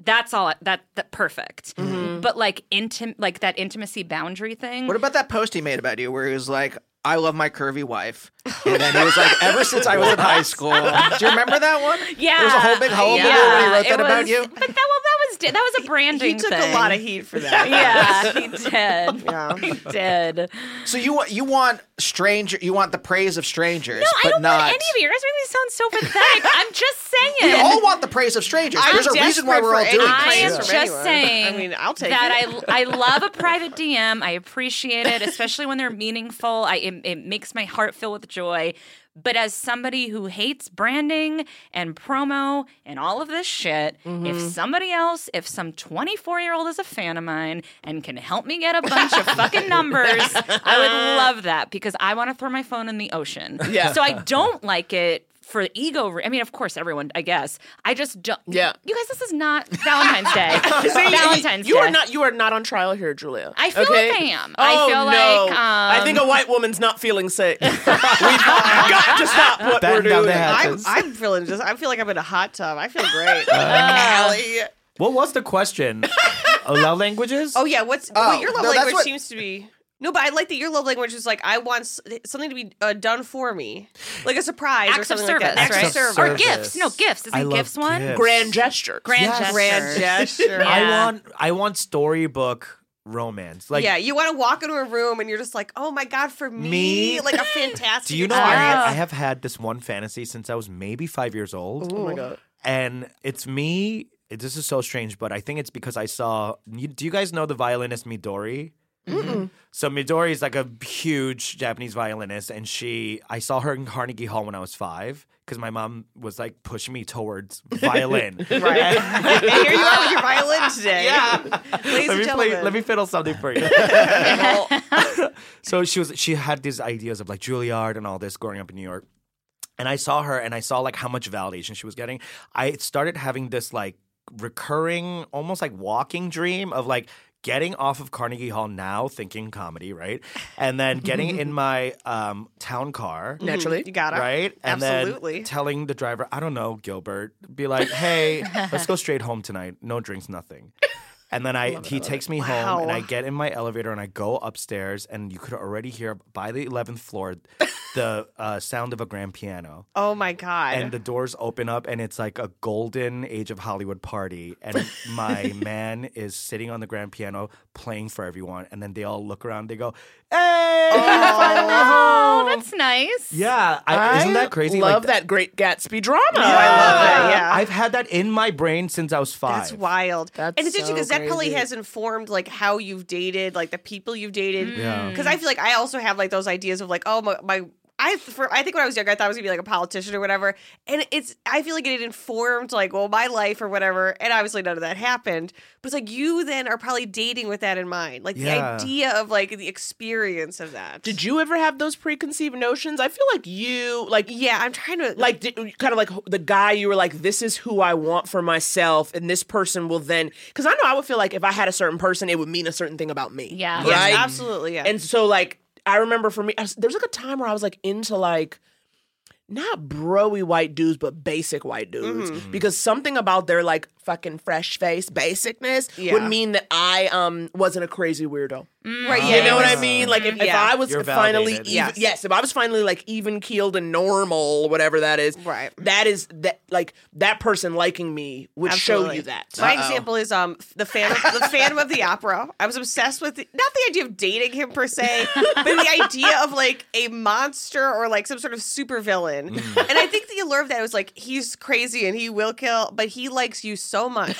Speaker 11: that's all that that perfect.
Speaker 9: Mm-hmm.
Speaker 11: But like intim like that intimacy boundary thing.
Speaker 2: what about that post he made about you where he was like, I love my curvy wife. And then he was like, ever since I was in high school. Do you remember that one?
Speaker 11: Yeah,
Speaker 2: There was a whole big hullabaloo when he
Speaker 11: yeah,
Speaker 2: wrote
Speaker 11: it
Speaker 2: that about
Speaker 11: was-
Speaker 2: you.
Speaker 11: But that well, that was that was a branding.
Speaker 9: took a
Speaker 11: thing.
Speaker 9: lot of heat for that.
Speaker 11: yeah, he did.
Speaker 9: Yeah.
Speaker 11: He did.
Speaker 2: So you want you want stranger you want the praise of strangers,
Speaker 11: No,
Speaker 2: but
Speaker 11: I don't
Speaker 2: not
Speaker 11: want any of you. You guys make me sound so pathetic. I'm just saying.
Speaker 2: We all want the praise of strangers.
Speaker 9: I'm
Speaker 2: There's a reason why
Speaker 9: desperate
Speaker 2: we're all
Speaker 9: for
Speaker 2: doing
Speaker 9: any
Speaker 11: I
Speaker 2: this.
Speaker 11: am
Speaker 9: from
Speaker 11: just
Speaker 9: anyone.
Speaker 11: saying.
Speaker 9: I mean, I'll take
Speaker 11: that
Speaker 9: it.
Speaker 11: I I love a private DM. I appreciate it, especially when they're meaningful. I it, it makes my heart fill with joy. But as somebody who hates branding and promo and all of this shit, if
Speaker 9: Mm-hmm.
Speaker 11: somebody else, if some 24 year old is a fan of mine and can help me get a bunch of fucking numbers, I would love that because I want to throw my phone in the ocean.
Speaker 14: Yeah.
Speaker 11: So I don't like it for ego. Re- I mean, of course, everyone. I guess I just don't.
Speaker 14: Yeah.
Speaker 11: You guys, this is not Valentine's Day.
Speaker 14: See,
Speaker 11: Valentine's
Speaker 14: you
Speaker 11: Day.
Speaker 14: are not you are not on trial here, Julia.
Speaker 11: I feel
Speaker 14: okay?
Speaker 11: like I am.
Speaker 14: Oh,
Speaker 11: I feel
Speaker 14: no.
Speaker 11: like um,
Speaker 14: I think a white woman's not feeling safe. We've got to stop what we're doing.
Speaker 9: I'm, I'm feeling just. I feel like I'm in a hot tub. I feel great.
Speaker 11: Uh,
Speaker 9: Allie.
Speaker 10: What was the question? Uh, love languages?
Speaker 9: Oh yeah, what's
Speaker 10: Oh,
Speaker 9: well, your love
Speaker 10: no, that's
Speaker 9: language
Speaker 10: what-
Speaker 9: seems to be. No, but I like that your love language is like I want s- something to be uh, done for me, like a surprise or
Speaker 11: acts of
Speaker 9: something
Speaker 11: service,
Speaker 9: like that.
Speaker 11: right?
Speaker 9: Acts of
Speaker 11: Or
Speaker 9: service.
Speaker 11: gifts? No, gifts. Isn't
Speaker 10: I love
Speaker 11: gifts one?
Speaker 10: gifts.
Speaker 14: Grand gesture.
Speaker 11: Grand
Speaker 9: Yes.
Speaker 11: gesture.
Speaker 9: Grand gesture.
Speaker 10: I
Speaker 9: Yeah.
Speaker 10: want I want storybook romance. Like
Speaker 9: yeah, you want to walk into a room and you're just like, oh my god, for me,
Speaker 10: Me?
Speaker 9: like a fantastic.
Speaker 10: Do you know I, had, I
Speaker 9: experience.
Speaker 10: have had this one fantasy since I was maybe five years old.
Speaker 14: Oh my God.
Speaker 10: And it's me. This is so strange, but I think it's because I saw. you- Do you guys know the violinist Midori?
Speaker 14: Mm-mm.
Speaker 10: So Midori is like a huge Japanese violinist, and she. I saw her in Carnegie Hall when I was five because my mom was like pushing me towards violin.
Speaker 9: Right. and here you are with your violin today. Yeah. Ladies
Speaker 10: let
Speaker 9: and
Speaker 10: me
Speaker 9: gentlemen.
Speaker 10: play, let me fiddle something for you. so she was she had these ideas of like Juilliard and all this growing up in New York. And I saw her and I saw like how much validation she was getting. I started having this like recurring, almost like walking dream of like getting off of Carnegie Hall now thinking comedy, right? And then getting in my um, town car.
Speaker 14: Naturally. You
Speaker 9: gotta.
Speaker 10: Right? And
Speaker 9: Absolutely.
Speaker 10: then telling the driver, I don't know, Gilbert, be like, hey, let's go straight home tonight. No drinks, nothing. And then I, he takes me home, and
Speaker 9: Wow.
Speaker 10: I get in my elevator, and I go upstairs, and you could already hear by the eleventh floor the uh, sound of a grand piano,
Speaker 9: Oh my god.
Speaker 10: and the doors open up, and it's like a golden age of Hollywood party, and my man is sitting on the grand piano playing for everyone, and then they all look around, they go, "Hey, finally
Speaker 11: Oh,
Speaker 10: home!"
Speaker 11: that's nice.
Speaker 10: Yeah, I, isn't that crazy?
Speaker 14: Love
Speaker 10: like,
Speaker 14: that great Gatsby drama.
Speaker 9: yeah.
Speaker 10: "Ah, I've had that in my brain since I was five.
Speaker 9: That's wild. and it's interesting
Speaker 14: so
Speaker 9: because that probably
Speaker 14: crazy.
Speaker 9: has informed like how you've dated, like the people you've
Speaker 14: Mm.
Speaker 9: dated.
Speaker 10: Yeah.
Speaker 9: Because I feel like I also have like those ideas of like, oh my, my I for, I think when I was younger, I thought I was gonna be like a politician or whatever. And it's I feel like it informed like well my life or whatever. And obviously none of that happened. But it's like you then are probably dating with that in mind, like
Speaker 14: Yeah.
Speaker 9: the idea of like the experience of that.
Speaker 14: Did you ever have those preconceived notions? I feel like you, like
Speaker 9: yeah, I'm trying to
Speaker 14: like di- kind of like the guy you were like, this is who I want for myself, and this person will then because I know I would feel like if I had a certain person, it would mean a certain thing about me.
Speaker 11: Yeah.
Speaker 9: Yes,
Speaker 14: right?
Speaker 9: absolutely. Yeah.
Speaker 14: And so like I remember for me, I was- there was like a time where I was like into like not broy white dudes, but basic white dudes
Speaker 9: Mhm.
Speaker 14: because something about their like fucking fresh face basicness
Speaker 9: Yeah.
Speaker 14: would mean that I um wasn't a crazy weirdo.
Speaker 9: Right,
Speaker 1: you
Speaker 9: yeah,
Speaker 1: know what
Speaker 9: it
Speaker 1: I
Speaker 9: was-
Speaker 1: mean? Like if, if
Speaker 9: yeah.
Speaker 1: I was
Speaker 9: You're
Speaker 1: finally
Speaker 9: validated.
Speaker 1: even,
Speaker 9: Yes.
Speaker 1: yes. if I was finally like even keeled and normal, whatever that is, right? That is that like that person liking me would show
Speaker 9: Absolutely.
Speaker 1: you that.
Speaker 9: My example is um the fan the Phantom of the Opera. I was obsessed with the- not the idea of dating him per se, but the idea of like a monster or like some sort of supervillain. And I think the allure of that was like he's crazy and he will kill, but he likes you so much.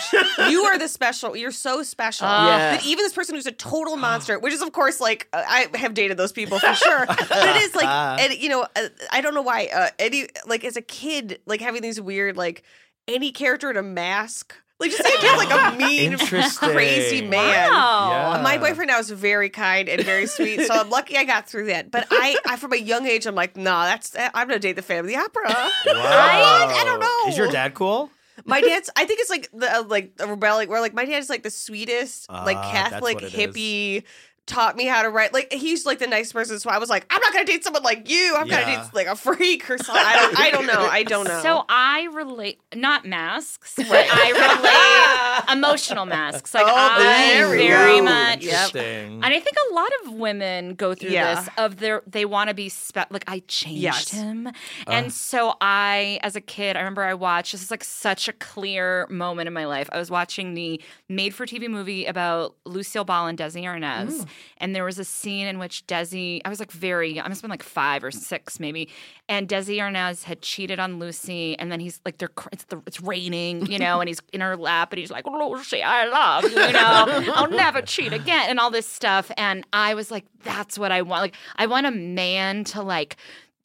Speaker 9: you are the special. You're so special
Speaker 11: Ah.
Speaker 9: that even this person who's a total monster, which is of course like uh, I have dated those people for sure, but it is like
Speaker 11: Ah.
Speaker 9: and you know uh, I don't know why uh, any like as a kid like having these weird like any character in a mask. Like just the idea of like a mean,
Speaker 11: Interesting.
Speaker 9: crazy man.
Speaker 11: Wow. Yeah.
Speaker 9: My boyfriend now is very kind and very sweet, so I'm lucky I got through that. But I, I from a young age, I'm like, nah, that's I'm gonna date the family opera. I, I don't know.
Speaker 10: Is your dad cool?
Speaker 9: My dad's. I think it's like the uh, like a rebellic. Where like my dad's like the sweetest, like
Speaker 10: Ah, that's
Speaker 9: Catholic
Speaker 10: what it
Speaker 9: hippie. Taught me how to write. Like he's like the nice person, so I was like, I'm not gonna date someone like you. I'm gonna
Speaker 11: Yeah.
Speaker 9: date like a freak or something. I don't. I don't know. I don't know.
Speaker 11: So I relate not masks, but I relate emotional masks. Like
Speaker 9: Oh,
Speaker 11: I
Speaker 9: there we
Speaker 11: very
Speaker 9: go.
Speaker 11: much
Speaker 9: Interesting.
Speaker 11: And I think a lot of women go through
Speaker 9: Yeah.
Speaker 11: this of their they want to be spe- like I changed
Speaker 9: Yes.
Speaker 11: him.
Speaker 9: Uh.
Speaker 11: And so I as a kid, I remember I watched this is like such a clear moment in my life. I was watching the made for TV movie about Lucille Ball and Desi Arnaz.
Speaker 9: Ooh.
Speaker 11: And there was a scene in which Desi, I was like very young, I must have been like five or six maybe. And Desi Arnaz had cheated on Lucy. And then he's like, they're, cr- it's, the, it's raining, you know, and he's in her lap and he's like, Lucy, I love you, you know, I'll never cheat again, and all this stuff. And I was like, that's what I want. Like, I want a man to like,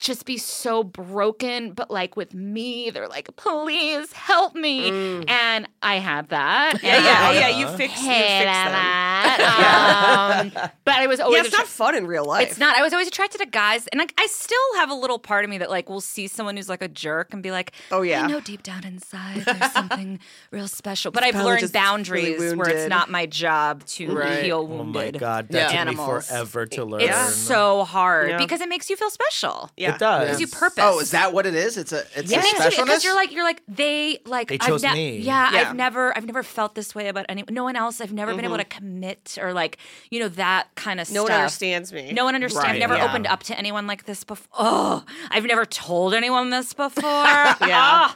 Speaker 11: just be so broken, but like with me, they're like, please help me. And I had that.
Speaker 9: Mm. Yeah, yeah,
Speaker 11: And
Speaker 9: yeah,
Speaker 11: I
Speaker 9: you fix- you
Speaker 11: hated
Speaker 9: fix them.
Speaker 11: that. Um, but I was always
Speaker 9: yeah, it's not fun in real life.
Speaker 11: It's not. I was always attracted to guys, and like I still have a little part of me that like will see someone who's like a jerk and be like,
Speaker 9: Oh, yeah.
Speaker 11: I know deep down inside there's something real special. But
Speaker 9: It's
Speaker 11: I've
Speaker 9: probably
Speaker 11: learned
Speaker 9: just really
Speaker 11: boundaries where it's
Speaker 9: wounded.
Speaker 11: not my job to
Speaker 10: Right.
Speaker 11: heal
Speaker 10: Oh
Speaker 11: wounded.
Speaker 10: my God, that took me
Speaker 11: animals.
Speaker 10: forever to learn.
Speaker 11: It's so hard
Speaker 10: Yeah.
Speaker 11: because it makes you feel special.
Speaker 10: Yeah. It does.
Speaker 11: Gives you purpose.
Speaker 2: Oh, is that what it is? It's a it's
Speaker 11: Yeah,
Speaker 2: a specialness.
Speaker 11: because you're like you're like they like
Speaker 2: They
Speaker 11: I've
Speaker 2: chose
Speaker 11: ne-
Speaker 2: me.
Speaker 11: Yeah,
Speaker 2: Yeah.
Speaker 11: I've never I've never felt this way about any no one else. I've never been able
Speaker 9: Mhm.
Speaker 11: to commit or like you know that kind of
Speaker 9: No
Speaker 11: stuff.
Speaker 9: one understands me.
Speaker 11: No one understands.
Speaker 9: Right,
Speaker 11: I've never
Speaker 9: yeah.
Speaker 11: opened up to anyone like this before. Oh, I've never told anyone this before.
Speaker 1: Yeah.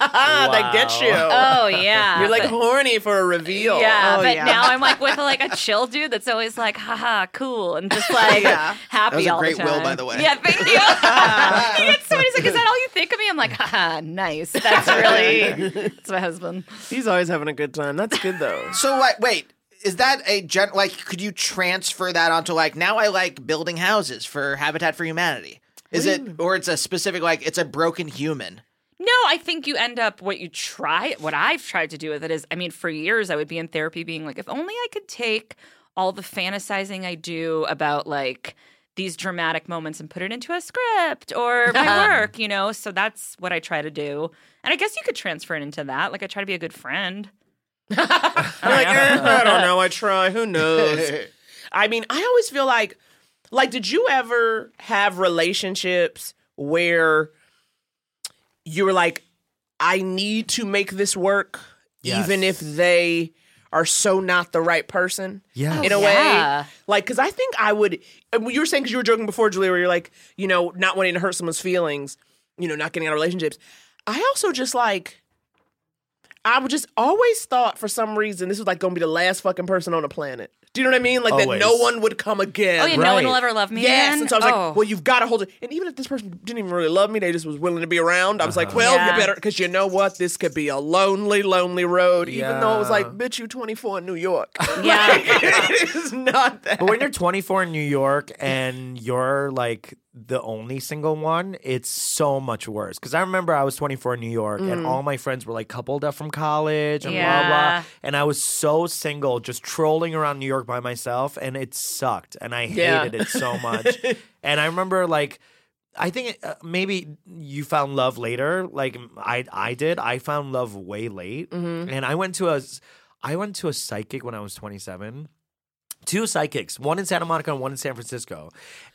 Speaker 11: Ah.
Speaker 1: they get you.
Speaker 11: Oh yeah.
Speaker 1: you're like
Speaker 11: But-
Speaker 1: horny for a reveal. Oh,
Speaker 11: yeah, but now I'm like with like a chill dude that's always like, haha, cool, and just like happy
Speaker 2: That was a
Speaker 11: all
Speaker 2: great
Speaker 11: the
Speaker 2: will,
Speaker 11: time.
Speaker 2: by the way.
Speaker 11: Yeah, thank you. He gets- Somebody's like, is that all you think of me? I'm like, haha, nice. That's really that's my husband.
Speaker 15: He's always having a good time. That's good though.
Speaker 2: so like, wait, is that a gen- like? Could you transfer that onto like now? I like building houses for Habitat for Humanity. Is it or it's a specific like it's a broken human?
Speaker 11: No, I think you end up what you try. What I've tried to do with it is, I mean, for years I would be in therapy, being like, if only I could take all the fantasizing I do about like these dramatic moments and put it into a script or my work, you know. So that's what I try to do, and I guess you could transfer it into that. Like I try to be a good friend.
Speaker 1: I don't know. I try. Who knows? I mean, I always feel like, like, did you ever have relationships where you were like, I need to make this work, even if they are so not the right person?
Speaker 10: Yes.
Speaker 1: In a
Speaker 10: Oh, yeah.
Speaker 1: way. Like, because I think I would, and you were saying, because you were joking before, Julia, where you're like, you know, not wanting to hurt someone's feelings, you know, not getting out of relationships. I also just like, I would just always thought for some reason this was like gonna be the last fucking person on the planet. Do you know what I mean? Like that no
Speaker 11: Always.
Speaker 1: one would come again.
Speaker 11: Oh, yeah, no one will Right. ever love me
Speaker 1: Yes,
Speaker 11: again?
Speaker 1: and so I was
Speaker 11: Oh.
Speaker 1: like, well, you've got to hold it. And even if this person didn't even really love me, they just was willing to be around. I was like,
Speaker 11: Uh-huh.
Speaker 1: well,
Speaker 11: Yeah.
Speaker 1: you better because you know what? This could be a lonely, lonely road. Even though it was like, bitch, you 24 in New York. Yeah, it is not that.
Speaker 10: But when you're 24 in New York and you're like the only single one, it's so much worse. Because I remember I was 24 in New York and
Speaker 1: Mm.
Speaker 10: all my friends were like coupled up from college and blah
Speaker 11: Yeah.
Speaker 10: blah, and I was so single, just trolling around New York by myself, and it sucked, and I hated
Speaker 11: Yeah.
Speaker 10: it so much. and I remember like. I think uh, maybe you found love later, like I I did. I found love way late,
Speaker 1: Mhm.
Speaker 10: and I went to a s- I went to a psychic when I was twenty seven, two psychics, one in Santa Monica and one in San Francisco,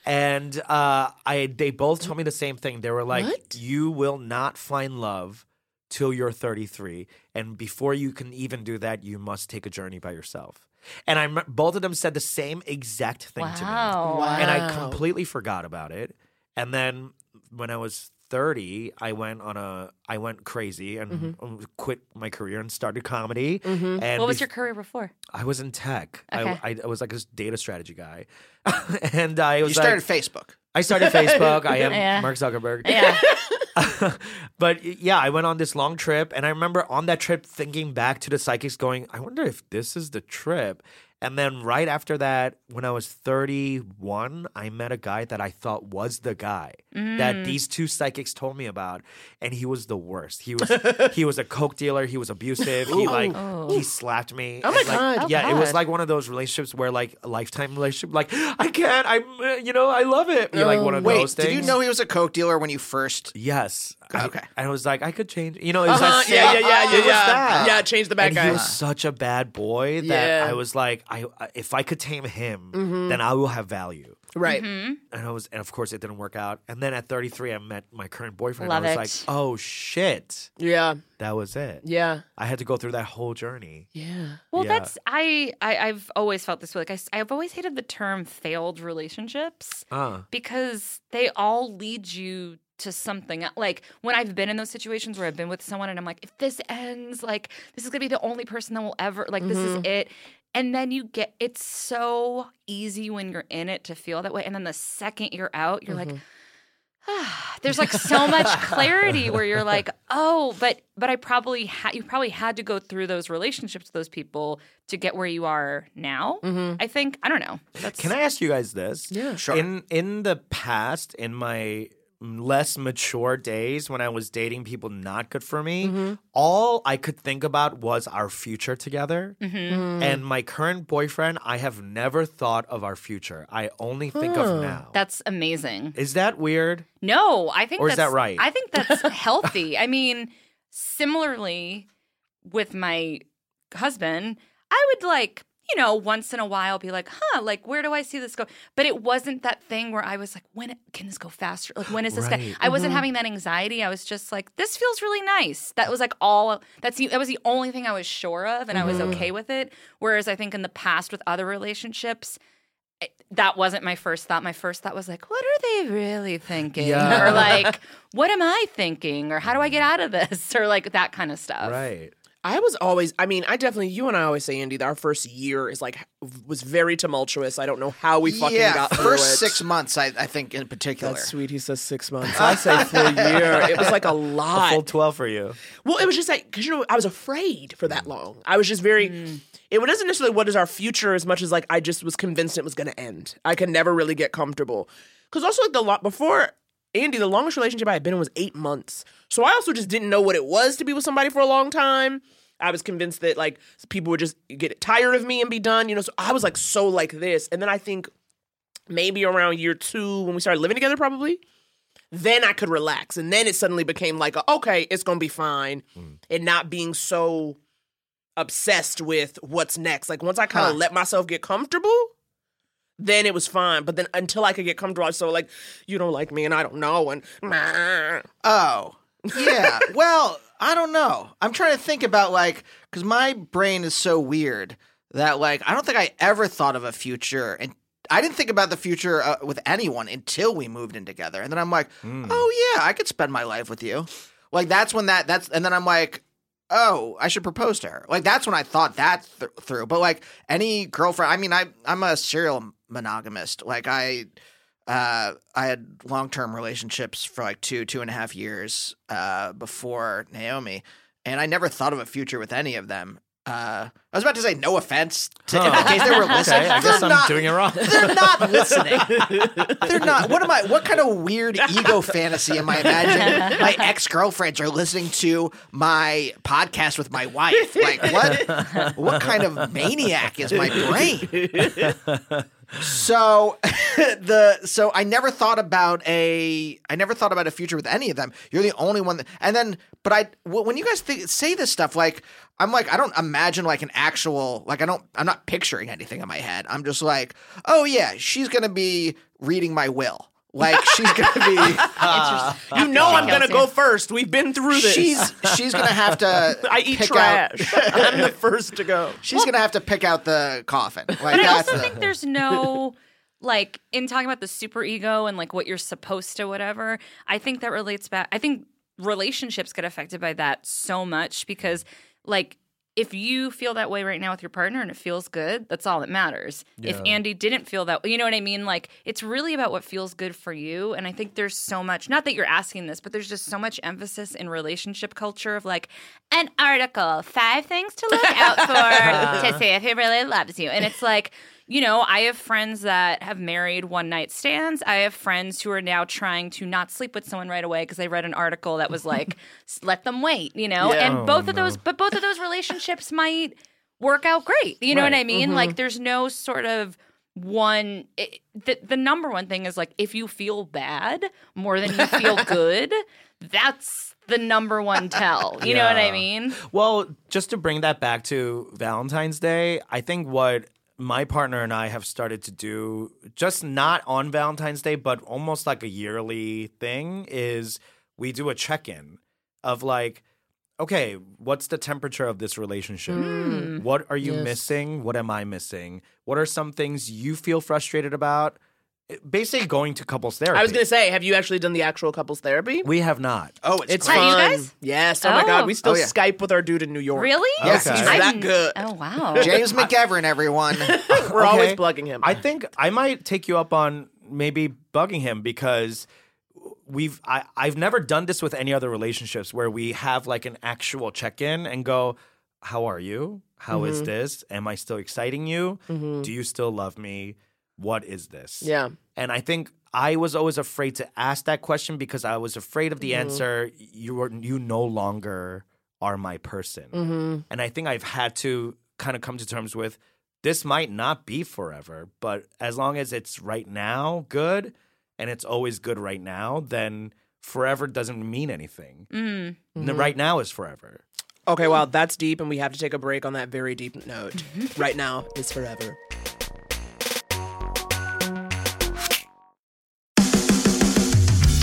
Speaker 10: and uh, I they both told me the same thing. They were like, "You will not find love till you're 33, and before you can even do that, you must take a journey by yourself." And I rem- both of them said the same exact thing to me.
Speaker 11: Wow. Wow.
Speaker 10: And I completely forgot about it. And then when I was 30, I went on a I went crazy and um, quit my career and started comedy. And
Speaker 11: Mm-hmm. what was
Speaker 10: bef-
Speaker 11: your career before?
Speaker 10: I was in tech.
Speaker 11: Okay.
Speaker 10: I, I, I was like a data strategy guy, and I was.
Speaker 2: started
Speaker 10: like- I started Facebook. I am
Speaker 2: Yeah.
Speaker 10: Mark Zuckerberg.
Speaker 11: Yeah.
Speaker 10: but yeah, I went on this long trip, and I remember on that trip thinking back to the psychics, going, "I wonder if this is the trip." And then right after that, when I was 31, I met a guy that I thought was the guy that
Speaker 16: Mm.
Speaker 10: these two psychics told me about, and he was the worst. He was he was a coke dealer. He was abusive. He
Speaker 16: Ooh.
Speaker 10: like
Speaker 16: Oh.
Speaker 10: he slapped me.
Speaker 16: Oh my
Speaker 10: And, like,
Speaker 16: God. Oh
Speaker 10: Yeah, it was
Speaker 16: God.
Speaker 10: like one of those relationships where like a lifetime relationship. Like I can't. I'm uh, you know I love it. You're
Speaker 1: Oh,
Speaker 10: like one
Speaker 1: Um,
Speaker 10: of
Speaker 2: Wait,
Speaker 10: those things.
Speaker 2: did you know he was a coke dealer when you first?
Speaker 10: Yes.
Speaker 2: okay.
Speaker 10: I, was like, I could change. You know, it was
Speaker 1: Uh-huh,
Speaker 10: that
Speaker 1: yeah, yeah,
Speaker 10: it
Speaker 1: yeah, yeah,
Speaker 10: was
Speaker 1: yeah.
Speaker 10: that.
Speaker 1: Yeah, change the bad
Speaker 10: and
Speaker 1: guy.
Speaker 10: He was such a bad boy that
Speaker 1: Yeah.
Speaker 10: I was like, I I- if I could tame him,
Speaker 1: Mhm.
Speaker 10: then I will have value. Mm-hmm.
Speaker 1: Right.
Speaker 10: And I was, and of course, it didn't work out. And then at 33, I met my current boyfriend.
Speaker 1: Love
Speaker 10: I was
Speaker 1: it.
Speaker 10: like, oh shit,
Speaker 1: Yeah.
Speaker 10: that was it.
Speaker 1: Yeah.
Speaker 10: I had to go through that whole journey.
Speaker 1: Yeah.
Speaker 11: Well,
Speaker 10: Yeah.
Speaker 11: that's I, I I've always felt this way. Like I, have always hated the term failed relationships
Speaker 10: Uh.
Speaker 11: because they all lead you to something. el- Like when I've been in those situations where I've been with someone and I'm like, if this ends, like this is gonna be the only person that will ever like this
Speaker 1: Mhm.
Speaker 11: is it. And then you get it's so easy when you're in it to feel that way. And then the second you're out, you're like, there's like so much clarity where you're like, oh, but but I probably had you probably had to go through those relationships with those people to get where you are now. I think I don't know. That's
Speaker 10: Can I ask you guys this? Yeah,
Speaker 11: Sure.
Speaker 10: In in the past, in my less mature days when I was dating people not good for me, all I could think about was our future together.
Speaker 2: Mm-hmm.
Speaker 11: Mhm.
Speaker 10: And my current boyfriend, I have never thought of our future. I only think of
Speaker 11: Huh.
Speaker 10: now.
Speaker 11: That's amazing.
Speaker 10: Is that weird?
Speaker 11: No, I think
Speaker 10: Or is
Speaker 11: that's,
Speaker 10: that right?
Speaker 11: I think that's healthy. I mean, similarly with my husband, I would like, you know, once in a while be like, huh, like where do I see this go? But it wasn't that thing where I was like, when can this go faster? Like when is this
Speaker 1: Right.
Speaker 11: guy? I wasn't
Speaker 10: mm-hmm.
Speaker 1: Mhm.
Speaker 11: having that anxiety. I was just like, this feels really nice. That was like all that's the, that was the only thing I was sure of and I was
Speaker 10: Mm-hmm.
Speaker 1: Mhm.
Speaker 11: okay with it. Whereas I think in the past with other relationships, it- that wasn't my first thought. My first thought was like, what are they really thinking?
Speaker 10: Yeah.
Speaker 11: Or like, what am I thinking? Or how do I get out of this? Or like that kind of stuff.
Speaker 10: Right.
Speaker 1: I was always, I mean, I definitely, you and I always say, Andy, that our first year is like, was very tumultuous. I don't know how we fucking
Speaker 2: yeah,
Speaker 1: got through
Speaker 2: first
Speaker 1: it.
Speaker 2: six months, I, I think in particular.
Speaker 1: That's sweet. He says six months. I say full year. It was like a lot.
Speaker 10: A full 12 for you.
Speaker 1: Well, it was just like because you know I was afraid for that long. I was just very. It wasn't necessarily what is our future as much as like I just was convinced it was going to end. I could never really get comfortable because also like the lot before Andy, the longest relationship I had been in was eight months. So I also just didn't know what it was to be with somebody for a long time. I was convinced that like people would just get tired of me and be done. You know, so I was like so like this, and then I think maybe around year two when we started living together, probably then I could relax. And then it suddenly became like, a, okay, it's going to be fine.
Speaker 2: Mm.
Speaker 1: And not being so obsessed with what's next. Like once I kind of
Speaker 2: Huh.
Speaker 1: let myself get comfortable, then it was fine. But then until I could get comfortable, I was so like, you don't like me and I don't know. And
Speaker 2: oh, yeah. well, I don't know. I'm trying to think about like because my brain is so weird that like I don't think I ever thought of a future, and I didn't think about the future uh, with anyone until we moved in together, and then I'm like,
Speaker 10: Hmm.
Speaker 2: oh yeah, I could spend my life with you. Like that's when that that's, and then I'm like. Oh, I should propose to her. Like that's when I thought that th- through. But like any girlfriend, I mean, I I'm a serial monogamist. Like I uh, I had long term relationships for like two, two and a half years uh, before Naomi, and I never thought of a future with any of them. Uh, I was about to say no offense to in
Speaker 10: Huh.
Speaker 2: case they were
Speaker 10: Okay,
Speaker 2: listening.
Speaker 10: I
Speaker 2: They're
Speaker 10: guess I'm
Speaker 2: not-
Speaker 10: doing it wrong.
Speaker 2: They're not listening. They're not. What am I? What kind of weird ego fantasy am I imagining? My ex girlfriends are listening to my podcast with my wife. Like what? What kind of maniac is my brain? so the so I never thought about a I never thought about a future with any of them. You're the only one. That, and then, but I wh- when you guys think, say this stuff, like I'm like I don't imagine like an actual like I don't I'm not picturing anything in my head. I'm just like, oh yeah, she's gonna be reading my will. Like she's gonna be.
Speaker 14: Interesting.
Speaker 2: you know,
Speaker 14: I'm
Speaker 2: I'm
Speaker 14: gonna
Speaker 2: gonna
Speaker 14: go
Speaker 2: go
Speaker 14: first. We've been through this.
Speaker 2: Uh, She's she's gonna have to.
Speaker 14: I eat
Speaker 2: pick out-
Speaker 14: trash. I'm the first to go.
Speaker 2: She's gonna have to pick out the coffin. Like
Speaker 11: but I
Speaker 2: that's
Speaker 11: also
Speaker 2: the-
Speaker 11: think there's no like in talking about the superego and like what you're supposed to whatever. I think that relates back. I think relationships get affected by that so much because like if you feel that way right now with your partner and it feels good, that's all that matters. If
Speaker 17: Yeah.
Speaker 11: Andy didn't feel that, you know what I mean? Like it's really about what feels good for you. And I think there's so much. Not that you're asking this, but there's just so much emphasis in relationship culture of like an article, five things to look out for to see if he really loves you. And it's like, you know, I have friends that have married one night stands. I have friends who are now trying to not sleep with someone right away because they read an article that was like, "S- let them wait, you know?
Speaker 17: Yeah.
Speaker 11: And
Speaker 17: Oh,
Speaker 11: both of those, but both of those relationships might work out great. You know what
Speaker 17: Right.
Speaker 11: I mean?
Speaker 17: Mhm.
Speaker 11: Like, there's no sort of one it, the, the number one thing is like if you feel bad more than you feel good that's the number one tell you know what i
Speaker 10: Yeah.
Speaker 11: mean
Speaker 10: Well, just to bring that back to Valentine's Day, I think what my partner and I have started to do, just not on Valentine's Day, but almost like a yearly thing, is we do a check in of like, okay, what's the temperature of this relationship?
Speaker 17: Mm.
Speaker 10: What are you
Speaker 17: Yes.
Speaker 10: missing? What am I missing? What are some things you feel frustrated about? Eh, Basically, going to couples therapy.
Speaker 14: I was gonna say, have you actually done the actual couples therapy?
Speaker 10: we have not.
Speaker 14: Oh, it's,
Speaker 10: great.
Speaker 14: fun.
Speaker 10: Wait, you guys?
Speaker 14: Yes. Oh, my
Speaker 10: Oh.
Speaker 14: god, we still
Speaker 10: Oh, yeah.
Speaker 14: Skype with our dude in New York.
Speaker 11: Really?
Speaker 14: Yes,
Speaker 10: Okay.
Speaker 14: he's
Speaker 10: I
Speaker 14: that
Speaker 10: didn't-
Speaker 14: good.
Speaker 11: Oh wow.
Speaker 2: James McEvern, everyone.
Speaker 14: We're always
Speaker 10: Okay.
Speaker 14: plugging him.
Speaker 10: I think I might take you up on maybe bugging him because we've I, I've never done this with any other relationships where we have like an actual check-in and go, How are you? How is
Speaker 14: Mhm.
Speaker 10: this? Am I still exciting you?
Speaker 14: Mhm.
Speaker 10: Do you still love me? What is this?
Speaker 14: Yeah.
Speaker 10: And I think I was always afraid to ask that question because I was afraid of the
Speaker 14: Mhm.
Speaker 10: answer, you were you no longer are my person.
Speaker 14: Mhm.
Speaker 10: And I think I've had to kind of come to terms with this might not be forever, but as long as it's right now good and it's always good right now, then forever doesn't mean anything.
Speaker 11: Mm.
Speaker 10: N-
Speaker 1: Mm-hmm.
Speaker 10: Right now is forever.
Speaker 14: Okay, well, that's deep, and we have to take a break on that very deep note. right now is forever.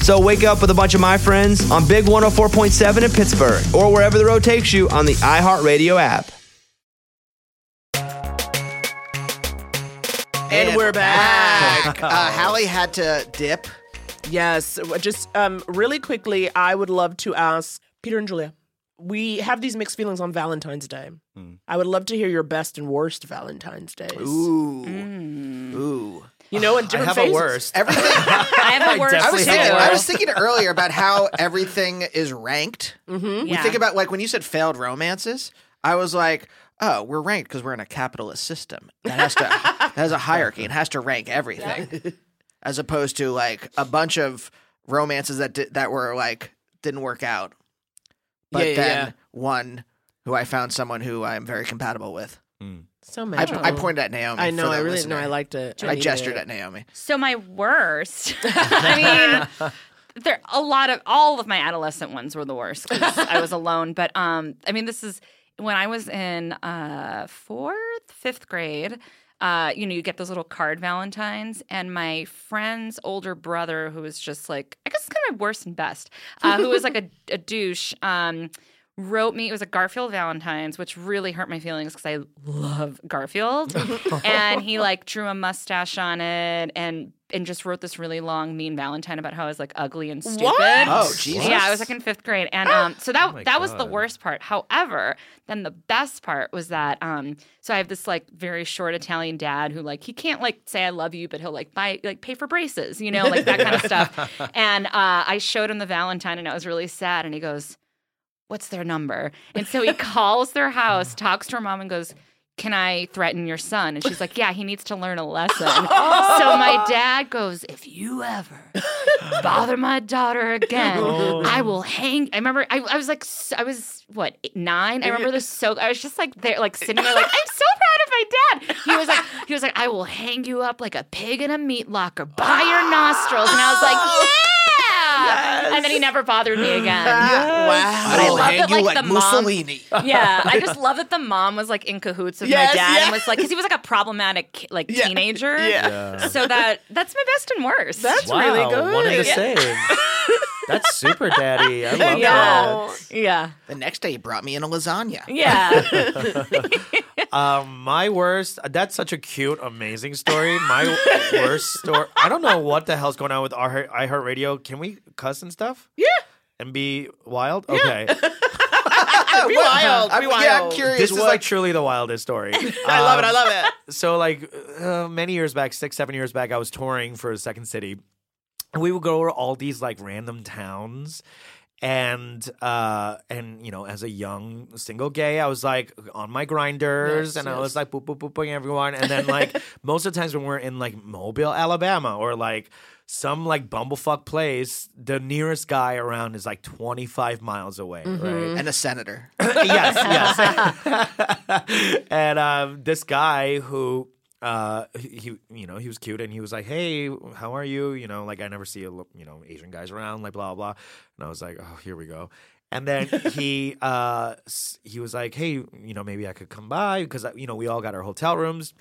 Speaker 16: So wake up with a bunch of my friends on Big 104.7 in Pittsburgh or wherever the road takes you on the iHeartRadio app.
Speaker 14: And, we're back.
Speaker 2: Uh, Hallie had to dip.
Speaker 14: Yes. Just um, really quickly, I would love to ask Peter and Julia. We have these mixed feelings on Valentine's Day.
Speaker 10: Hmm.
Speaker 14: I would love to hear your best and worst Valentine's days.
Speaker 2: Ooh. Ooh.
Speaker 14: You know, in different phases.
Speaker 2: Everything.
Speaker 14: I have a worst,
Speaker 2: I was,
Speaker 14: too.
Speaker 2: thinking, I was thinking earlier about how everything is ranked. Mm-hmm. We
Speaker 14: Yeah.
Speaker 2: think about like when you said failed romances. I was like, oh, we're ranked because we're in a capitalist system that has to that has a hierarchy and has to rank everything, as opposed to like a bunch of romances that di- that were like didn't work out, but
Speaker 14: Yeah, yeah,
Speaker 2: then
Speaker 14: yeah.
Speaker 2: one who I found someone who I'm very compatible with.
Speaker 14: So
Speaker 2: I,
Speaker 14: magical.
Speaker 2: I pointed at Naomi.
Speaker 14: I
Speaker 2: for
Speaker 14: know.
Speaker 2: the
Speaker 14: I really
Speaker 2: listener.
Speaker 14: know. I liked it.
Speaker 2: I gestured at Naomi.
Speaker 11: So my worst. I mean, there a lot of all of my adolescent ones were the worst 'cause I was alone. But um, I mean, this is when I was in uh fourth, fifth grade. Uh, you know, you get those little card valentines, and my friend's older brother, who was just like, I guess, kind of my worst and best, uh, who was like a, a douche. Um, wrote me it was a garfield valentines which really hurt my feelings because i love garfield and he like drew a mustache on it and and just wrote this really long mean valentine about how i was like ugly and stupid
Speaker 17: What? Oh, Jesus.
Speaker 11: yeah i was like in fifth grade and um so that
Speaker 17: Oh my
Speaker 11: that was the
Speaker 17: God.
Speaker 11: worst part however then the best part was that um so i have this like very short italian dad who like he can't like say i love you but he'll like buy like pay for braces you know like that kind of stuff and uh i showed him the valentine and i was really sad and he goes what's their number? And so he calls their house, talks to her mom, and goes, Can I threaten your son? And she's like, Yeah, he needs to learn a lesson. so my dad goes, If you ever bother my daughter again,
Speaker 6: Oh.
Speaker 11: I will hang. I remember I, I was like, s- I was what, eight, nine? I remember this so, I was just like, there, like sitting there, like, I'm so proud of my dad. He was like, He was like, I will hang you up like a pig in a meat locker by your nostrils. And I was like, Yeah. And then he never bothered me again.
Speaker 2: Wow.
Speaker 11: But I
Speaker 2: I'll
Speaker 11: love
Speaker 2: hang
Speaker 11: that,
Speaker 2: you
Speaker 11: like,
Speaker 2: like
Speaker 11: the mom-
Speaker 2: Mussolini.
Speaker 11: yeah, I just love that the mom was like in cahoots with
Speaker 2: Yes,
Speaker 11: my dad
Speaker 2: yeah.
Speaker 11: and was like, because he was like a problematic ki- like teenager.
Speaker 10: Yeah. Yeah.
Speaker 11: So that that's my best and worst. That's
Speaker 10: wow, One of the same. That's super daddy. I love that.
Speaker 11: Yeah.
Speaker 2: The next day, he brought me in a lasagna.
Speaker 11: Yeah.
Speaker 10: Um, my worst. That's such a cute, amazing story. My worst story. I don't know what the hell's going on with our iHeartRadio. Can we cuss and stuff? Yeah. And be wild. Okay.
Speaker 14: Be wild. Be wild.
Speaker 10: This is like truly the wildest story.
Speaker 14: I love it. I
Speaker 10: Um,
Speaker 14: love it.
Speaker 10: so like uh, many years back, six, seven years back, I was touring for Second City, and we would go to all these like random towns. And uh and you know, as a young single gay, I was like on my grinders,
Speaker 14: Yes,
Speaker 10: and I
Speaker 14: yes.
Speaker 10: was like boop boop boop booping everyone. And then like most of the times when we're in like Mobile, Alabama, or like some like bumblefuck place, the nearest guy around is like twenty five miles away,
Speaker 14: Mm-hmm.
Speaker 10: right?
Speaker 2: And a senator.
Speaker 10: yes, yes. and um, this guy who uh he you know he was cute and he was like hey how are you you know like i never see a lo- you know asian guys around like blah blah and i was like oh here we go and then he uh s- he was like hey you know maybe i could come by because you know we all got our hotel rooms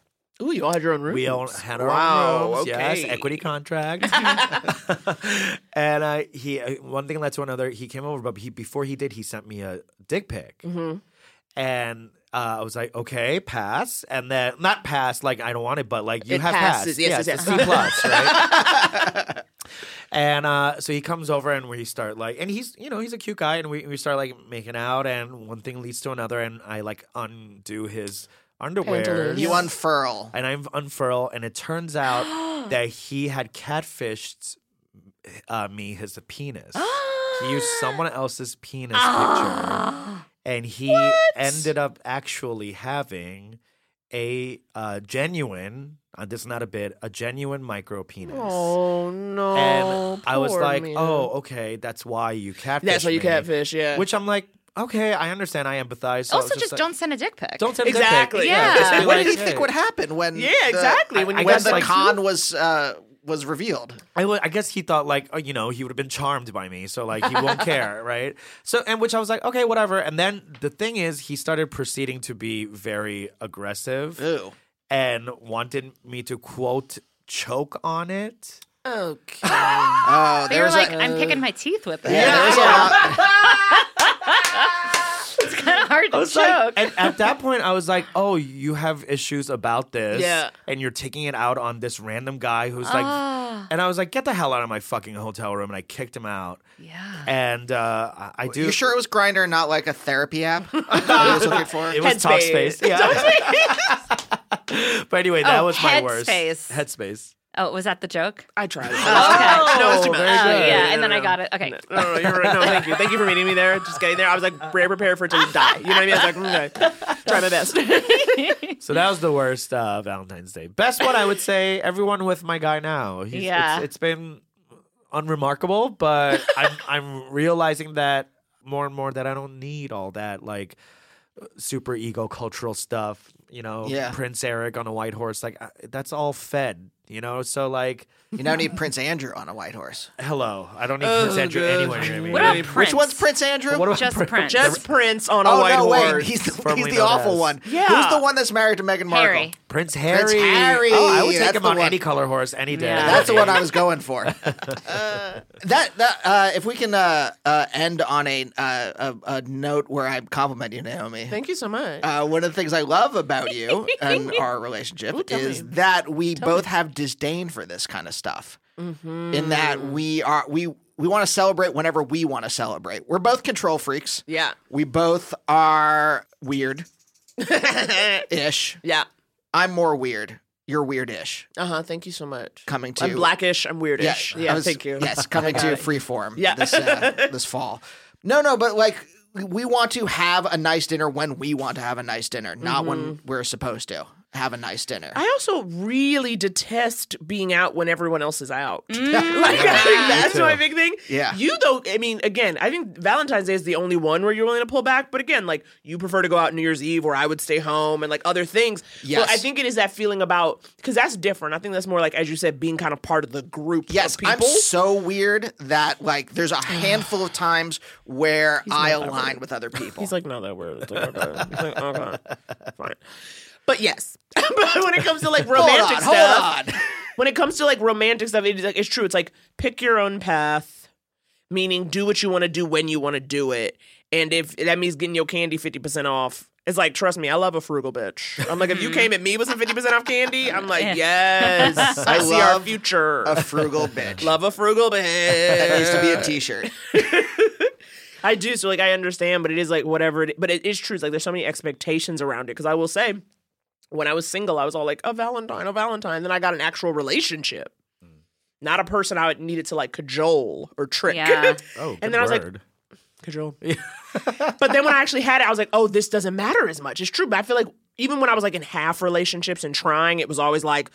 Speaker 14: Ooh, you all had your own room.
Speaker 10: we all had our
Speaker 14: Wow,
Speaker 10: own rooms. Yes,
Speaker 14: okay.
Speaker 10: equity contract. and uh, he, uh, one thing led to another. He came over, but he before he did, he sent me a dick pic, and uh, I was like, okay, pass. And then not pass, like I don't want it, but like you
Speaker 14: It
Speaker 10: have
Speaker 14: passes.
Speaker 10: passed.
Speaker 14: Yes,
Speaker 10: yeah,
Speaker 14: yes,
Speaker 10: it's a
Speaker 14: yes.
Speaker 10: C plus, right? and uh, so he comes over, and we start like, and he's you know he's a cute guy, and we we start like making out, and one thing leads to another, and I like undo his. Underwear.
Speaker 2: You unfurl.
Speaker 10: And I unfurl, and it turns out that he had catfished uh, me his penis. he used someone else's penis picture, and he ended up actually having a uh, genuine. Uh, this is not a bit. A genuine micro penis.
Speaker 14: Oh no.
Speaker 10: and I was
Speaker 14: poor
Speaker 10: like,
Speaker 14: man.
Speaker 10: "Oh, okay, that's why you catfish."
Speaker 14: That's why you
Speaker 10: me.
Speaker 14: catfish, yeah.
Speaker 10: Which I'm like, okay, I understand. I empathize. So I
Speaker 11: also,
Speaker 10: was
Speaker 11: just,
Speaker 10: like-
Speaker 11: don't send a dick pic.
Speaker 10: Don't send a dick pic.
Speaker 14: Exactly.
Speaker 11: Yeah.
Speaker 10: just be
Speaker 2: What
Speaker 10: like,
Speaker 2: did he
Speaker 10: hey.
Speaker 2: think would happen when?
Speaker 14: Yeah,
Speaker 2: the-
Speaker 14: exactly, when you
Speaker 2: When,
Speaker 10: went
Speaker 2: the
Speaker 10: like-
Speaker 2: con was uh, was revealed.
Speaker 10: I wa- I guess he thought like oh, you know he would have been charmed by me, so like he won't care, right? So and which I was like okay, whatever. And then the thing is, he started proceeding to be very aggressive and wanted me to quote choke on it.
Speaker 14: Okay.
Speaker 2: Oh,
Speaker 11: They were like, I'm
Speaker 14: uh,
Speaker 11: picking my teeth with it.
Speaker 10: Yeah, there was a lot-
Speaker 11: it's kind of hard
Speaker 10: I
Speaker 11: to
Speaker 10: was
Speaker 11: choke.
Speaker 10: like, and at that point, I was like, "Oh, you have issues about this,
Speaker 11: Yeah.
Speaker 10: and you're taking it out on this random guy who's like."
Speaker 11: Ah.
Speaker 10: And I was like, "Get the hell out of my fucking hotel room!" And I kicked him out. Yeah. And uh, I, I do.
Speaker 2: You sure it was Grinder and not like a therapy app? I was looking for.
Speaker 10: It was Talkspace. Yeah. but anyway, that
Speaker 11: Oh,
Speaker 10: was my worst.
Speaker 11: Headspace.
Speaker 10: Headspace.
Speaker 11: oh, was that the joke?
Speaker 14: I tried.
Speaker 11: Oh, okay.
Speaker 14: No, it's too much.
Speaker 11: Oh,
Speaker 14: No,
Speaker 11: yeah,
Speaker 14: no,
Speaker 11: and then
Speaker 14: no,
Speaker 11: I
Speaker 14: no.
Speaker 11: got it. Okay.
Speaker 14: No, no, no, you're right. No, thank you. Thank you for meeting me there. Just getting there. I was like, very prepared for it to die. You know what I mean? I was like, okay, try my best.
Speaker 10: So that was the worst uh, Valentine's Day. Best one, I would say, everyone with my guy now. He's-
Speaker 11: Yeah.
Speaker 10: It's, it's been unremarkable, but I'm, I'm realizing that more and more that I don't need all that, like, super ego cultural stuff, you know,
Speaker 2: Yeah.
Speaker 10: Prince Eric on a white horse. Like, I, that's all fed, you know? So, like,
Speaker 2: You now need Prince Andrew on a white horse.
Speaker 10: hello. I don't need
Speaker 2: Oh,
Speaker 10: Prince Andrew
Speaker 2: God.
Speaker 10: anywhere near me.
Speaker 2: What about
Speaker 14: Prince?
Speaker 2: Which one's Prince Andrew?
Speaker 10: What about Just Prince? Prince.
Speaker 14: Just Prince on a
Speaker 2: oh
Speaker 14: white
Speaker 2: no,
Speaker 14: horse.
Speaker 2: wait, he's the, he's
Speaker 10: Formerly
Speaker 2: the
Speaker 10: known
Speaker 2: awful
Speaker 10: as-
Speaker 2: one.
Speaker 14: Yeah.
Speaker 2: Who's the one that's married to Meghan Markle?
Speaker 11: Harry.
Speaker 10: Prince Harry.
Speaker 2: Prince Harry.
Speaker 10: Oh, I would take
Speaker 2: That's
Speaker 10: him
Speaker 2: the
Speaker 10: on
Speaker 2: one.
Speaker 10: any color horse any day.
Speaker 2: That's the one I was going for. that that uh, if we can uh, uh, end on a, uh, a a note where I compliment you, Naomi.
Speaker 14: Thank you so much.
Speaker 2: Uh, one of the things I love about you and our relationship
Speaker 14: tell
Speaker 2: is
Speaker 14: me.
Speaker 2: that we both have disdain for this kind of stuff.
Speaker 14: Mm-hmm.
Speaker 2: In that
Speaker 14: Mm.
Speaker 2: we are we we want to celebrate whenever we want to celebrate. We're both control freaks.
Speaker 14: Yeah.
Speaker 2: We both are weird ish.
Speaker 14: Yeah.
Speaker 2: I'm more weird. You're weird ish.
Speaker 14: Uh huh. Thank you so much.
Speaker 2: Coming to
Speaker 14: I'm blackish. I'm weirdish.
Speaker 2: I
Speaker 14: Yeah.
Speaker 2: was-
Speaker 14: thank you.
Speaker 2: Yes, coming
Speaker 14: I got
Speaker 2: to
Speaker 14: it.
Speaker 2: freeform
Speaker 14: Yeah.
Speaker 2: this uh, this fall. No, no, but like we want to have a nice dinner when we want to have a nice dinner, not when we're supposed to have a nice dinner.
Speaker 1: I also really detest being out when everyone else is out. like,
Speaker 2: Mm. Yeah,
Speaker 1: I think
Speaker 2: me
Speaker 1: that's
Speaker 2: too.
Speaker 1: my big thing.
Speaker 2: Yeah.
Speaker 1: You though, I mean, again, I think Valentine's Day is the only one where you're willing to pull back. But again, like you prefer to go out New Year's Eve, where I would stay home and like other things.
Speaker 2: Yes.
Speaker 1: But I think it is that feeling about because that's different. I think that's more like as you said, being kind of part of the group.
Speaker 2: Yes,
Speaker 1: of people.
Speaker 2: I'm so weird that like there's a handful of times where I align with other people. He's
Speaker 1: like, no, that word. It's like, okay. It's like, okay. Fine.
Speaker 2: But yes,
Speaker 1: but when it comes to like
Speaker 2: Hold on,
Speaker 1: romantic
Speaker 2: hold
Speaker 1: stuff, when it comes to like romantic stuff, it's like it's true. It's like pick your own path, meaning do what you want to do when you want to do it, and if that means getting your candy fifty percent off. It's like, trust me, I love a frugal bitch. I'm like, if you came at me with some 50% off candy, I'm like, yes, I, see our
Speaker 2: love
Speaker 1: future.
Speaker 2: A frugal bitch.
Speaker 1: love a frugal bitch.
Speaker 2: that used to be a T-shirt.
Speaker 1: I do. So like I understand, but it is like whatever. It, but it is true. It's like there's so many expectations around it. Because I will say, when I was single, I was all like, "A Valentine, a Valentine." Then I got an actual relationship, not a person I would needed to like cajole or trick.
Speaker 11: Yeah.
Speaker 18: Oh,
Speaker 1: and then I was like, cajole. but then when I actually had it, I was like, "Oh, this doesn't matter as much." It's true, but I feel like even when I was like in half relationships and trying, it was always like.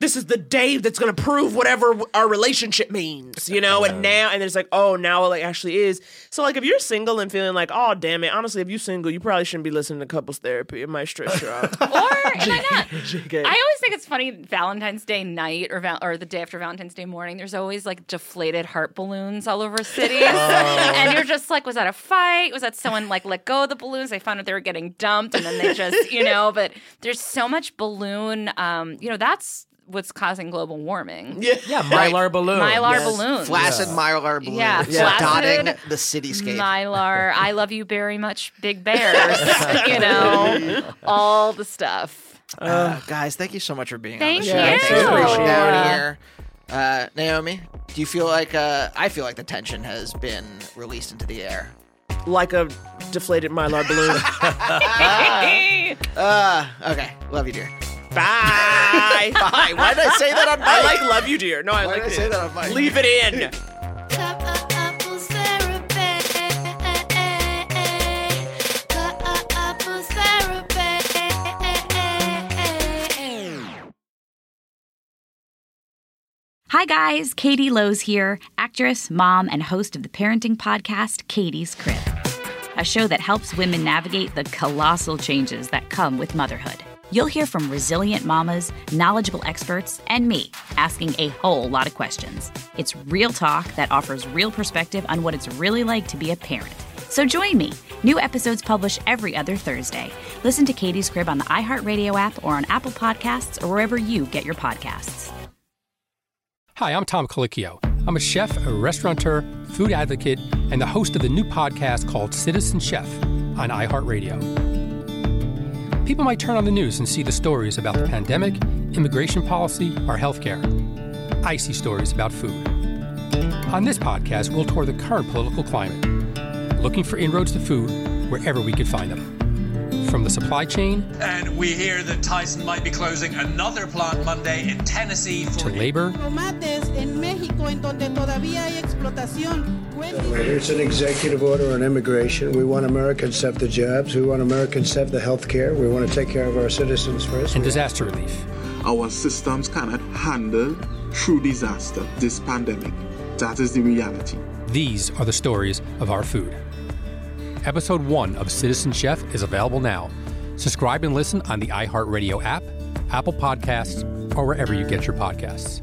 Speaker 1: This is the day that's going to prove whatever our relationship means, you know? And now, and it's like, oh, now it like actually is. So, like, if you're single and feeling like, oh, damn it, honestly, if you're single, you probably shouldn't be listening to couples therapy. It might stress you out.
Speaker 11: I always think it's funny Valentine's Day night or val- or the day after Valentine's Day morning. There's always like deflated heart balloons all over cities,
Speaker 17: Oh.
Speaker 11: and you're just like, was that a fight? Was that someone like let go of the balloons? They found out they were getting dumped, and then they just you know. But there's so much balloon. Um, you know that's what's causing global warming.
Speaker 2: Yeah,
Speaker 18: yeah, mylar balloon.
Speaker 11: Mylar balloons.
Speaker 2: Flaccid
Speaker 11: Yeah.
Speaker 2: mylar balloons.
Speaker 11: Yeah, flaccid
Speaker 2: dotting the cityscape.
Speaker 11: Mylar, I love you very much, big bears. you know, all the stuff.
Speaker 2: Uh, guys, thank you so much for being
Speaker 11: Thank
Speaker 2: on the show.
Speaker 11: you. Yeah,
Speaker 2: Thanks for
Speaker 11: thank you.
Speaker 2: reaching
Speaker 11: Yeah.
Speaker 2: down here. Uh, Naomi, do you feel like uh, I feel like the tension has been released into the air?
Speaker 1: like a deflated mylar balloon.
Speaker 2: Ah. uh, okay, love you, dear.
Speaker 1: Bye. Bye. Why did I say that on I like love you, dear. No, I like say that on mic? Leave it in.
Speaker 6: Couples therapy. Couples therapy.
Speaker 17: Hi, guys. Katie Lowe's here, actress, mom, and host of the parenting podcast, Katie's Crib, a show that helps women navigate the colossal changes that come with motherhood. You'll hear from resilient mamas, knowledgeable experts, and me asking a whole lot of questions. It's real talk that offers real perspective on what it's really like to be a parent. So join me. New episodes published every other Thursday. Listen to Katie's Crib on the iHeartRadio app or on Apple Podcasts or wherever you get your podcasts.
Speaker 19: Hi, I'm Tom Colicchio. I'm a chef, a restaurateur, food advocate, and the host of the new podcast called Citizen Chef on iHeartRadio. People might turn on the news and see the stories about the pandemic, immigration policy, or healthcare. I see stories about food. On this podcast, we'll tour the current political climate, looking for inroads to food wherever we could find them. From the supply chain
Speaker 10: And we hear that Tyson might be closing another plant Monday in Tennessee for
Speaker 19: to labor
Speaker 8: tomates en México en donde todavía hay explotación.
Speaker 20: It's an executive order on immigration. We want Americans to have the jobs. We want Americans to have the health care. We want to take care of our citizens first.
Speaker 19: and disaster relief.
Speaker 21: Our systems cannot handle true disaster, this pandemic. That is the reality.
Speaker 19: These are the stories of our food. Episode 1 of Citizen Chef is available now. Subscribe and listen on the iHeartRadio app, Apple Podcasts, or wherever you get your podcasts.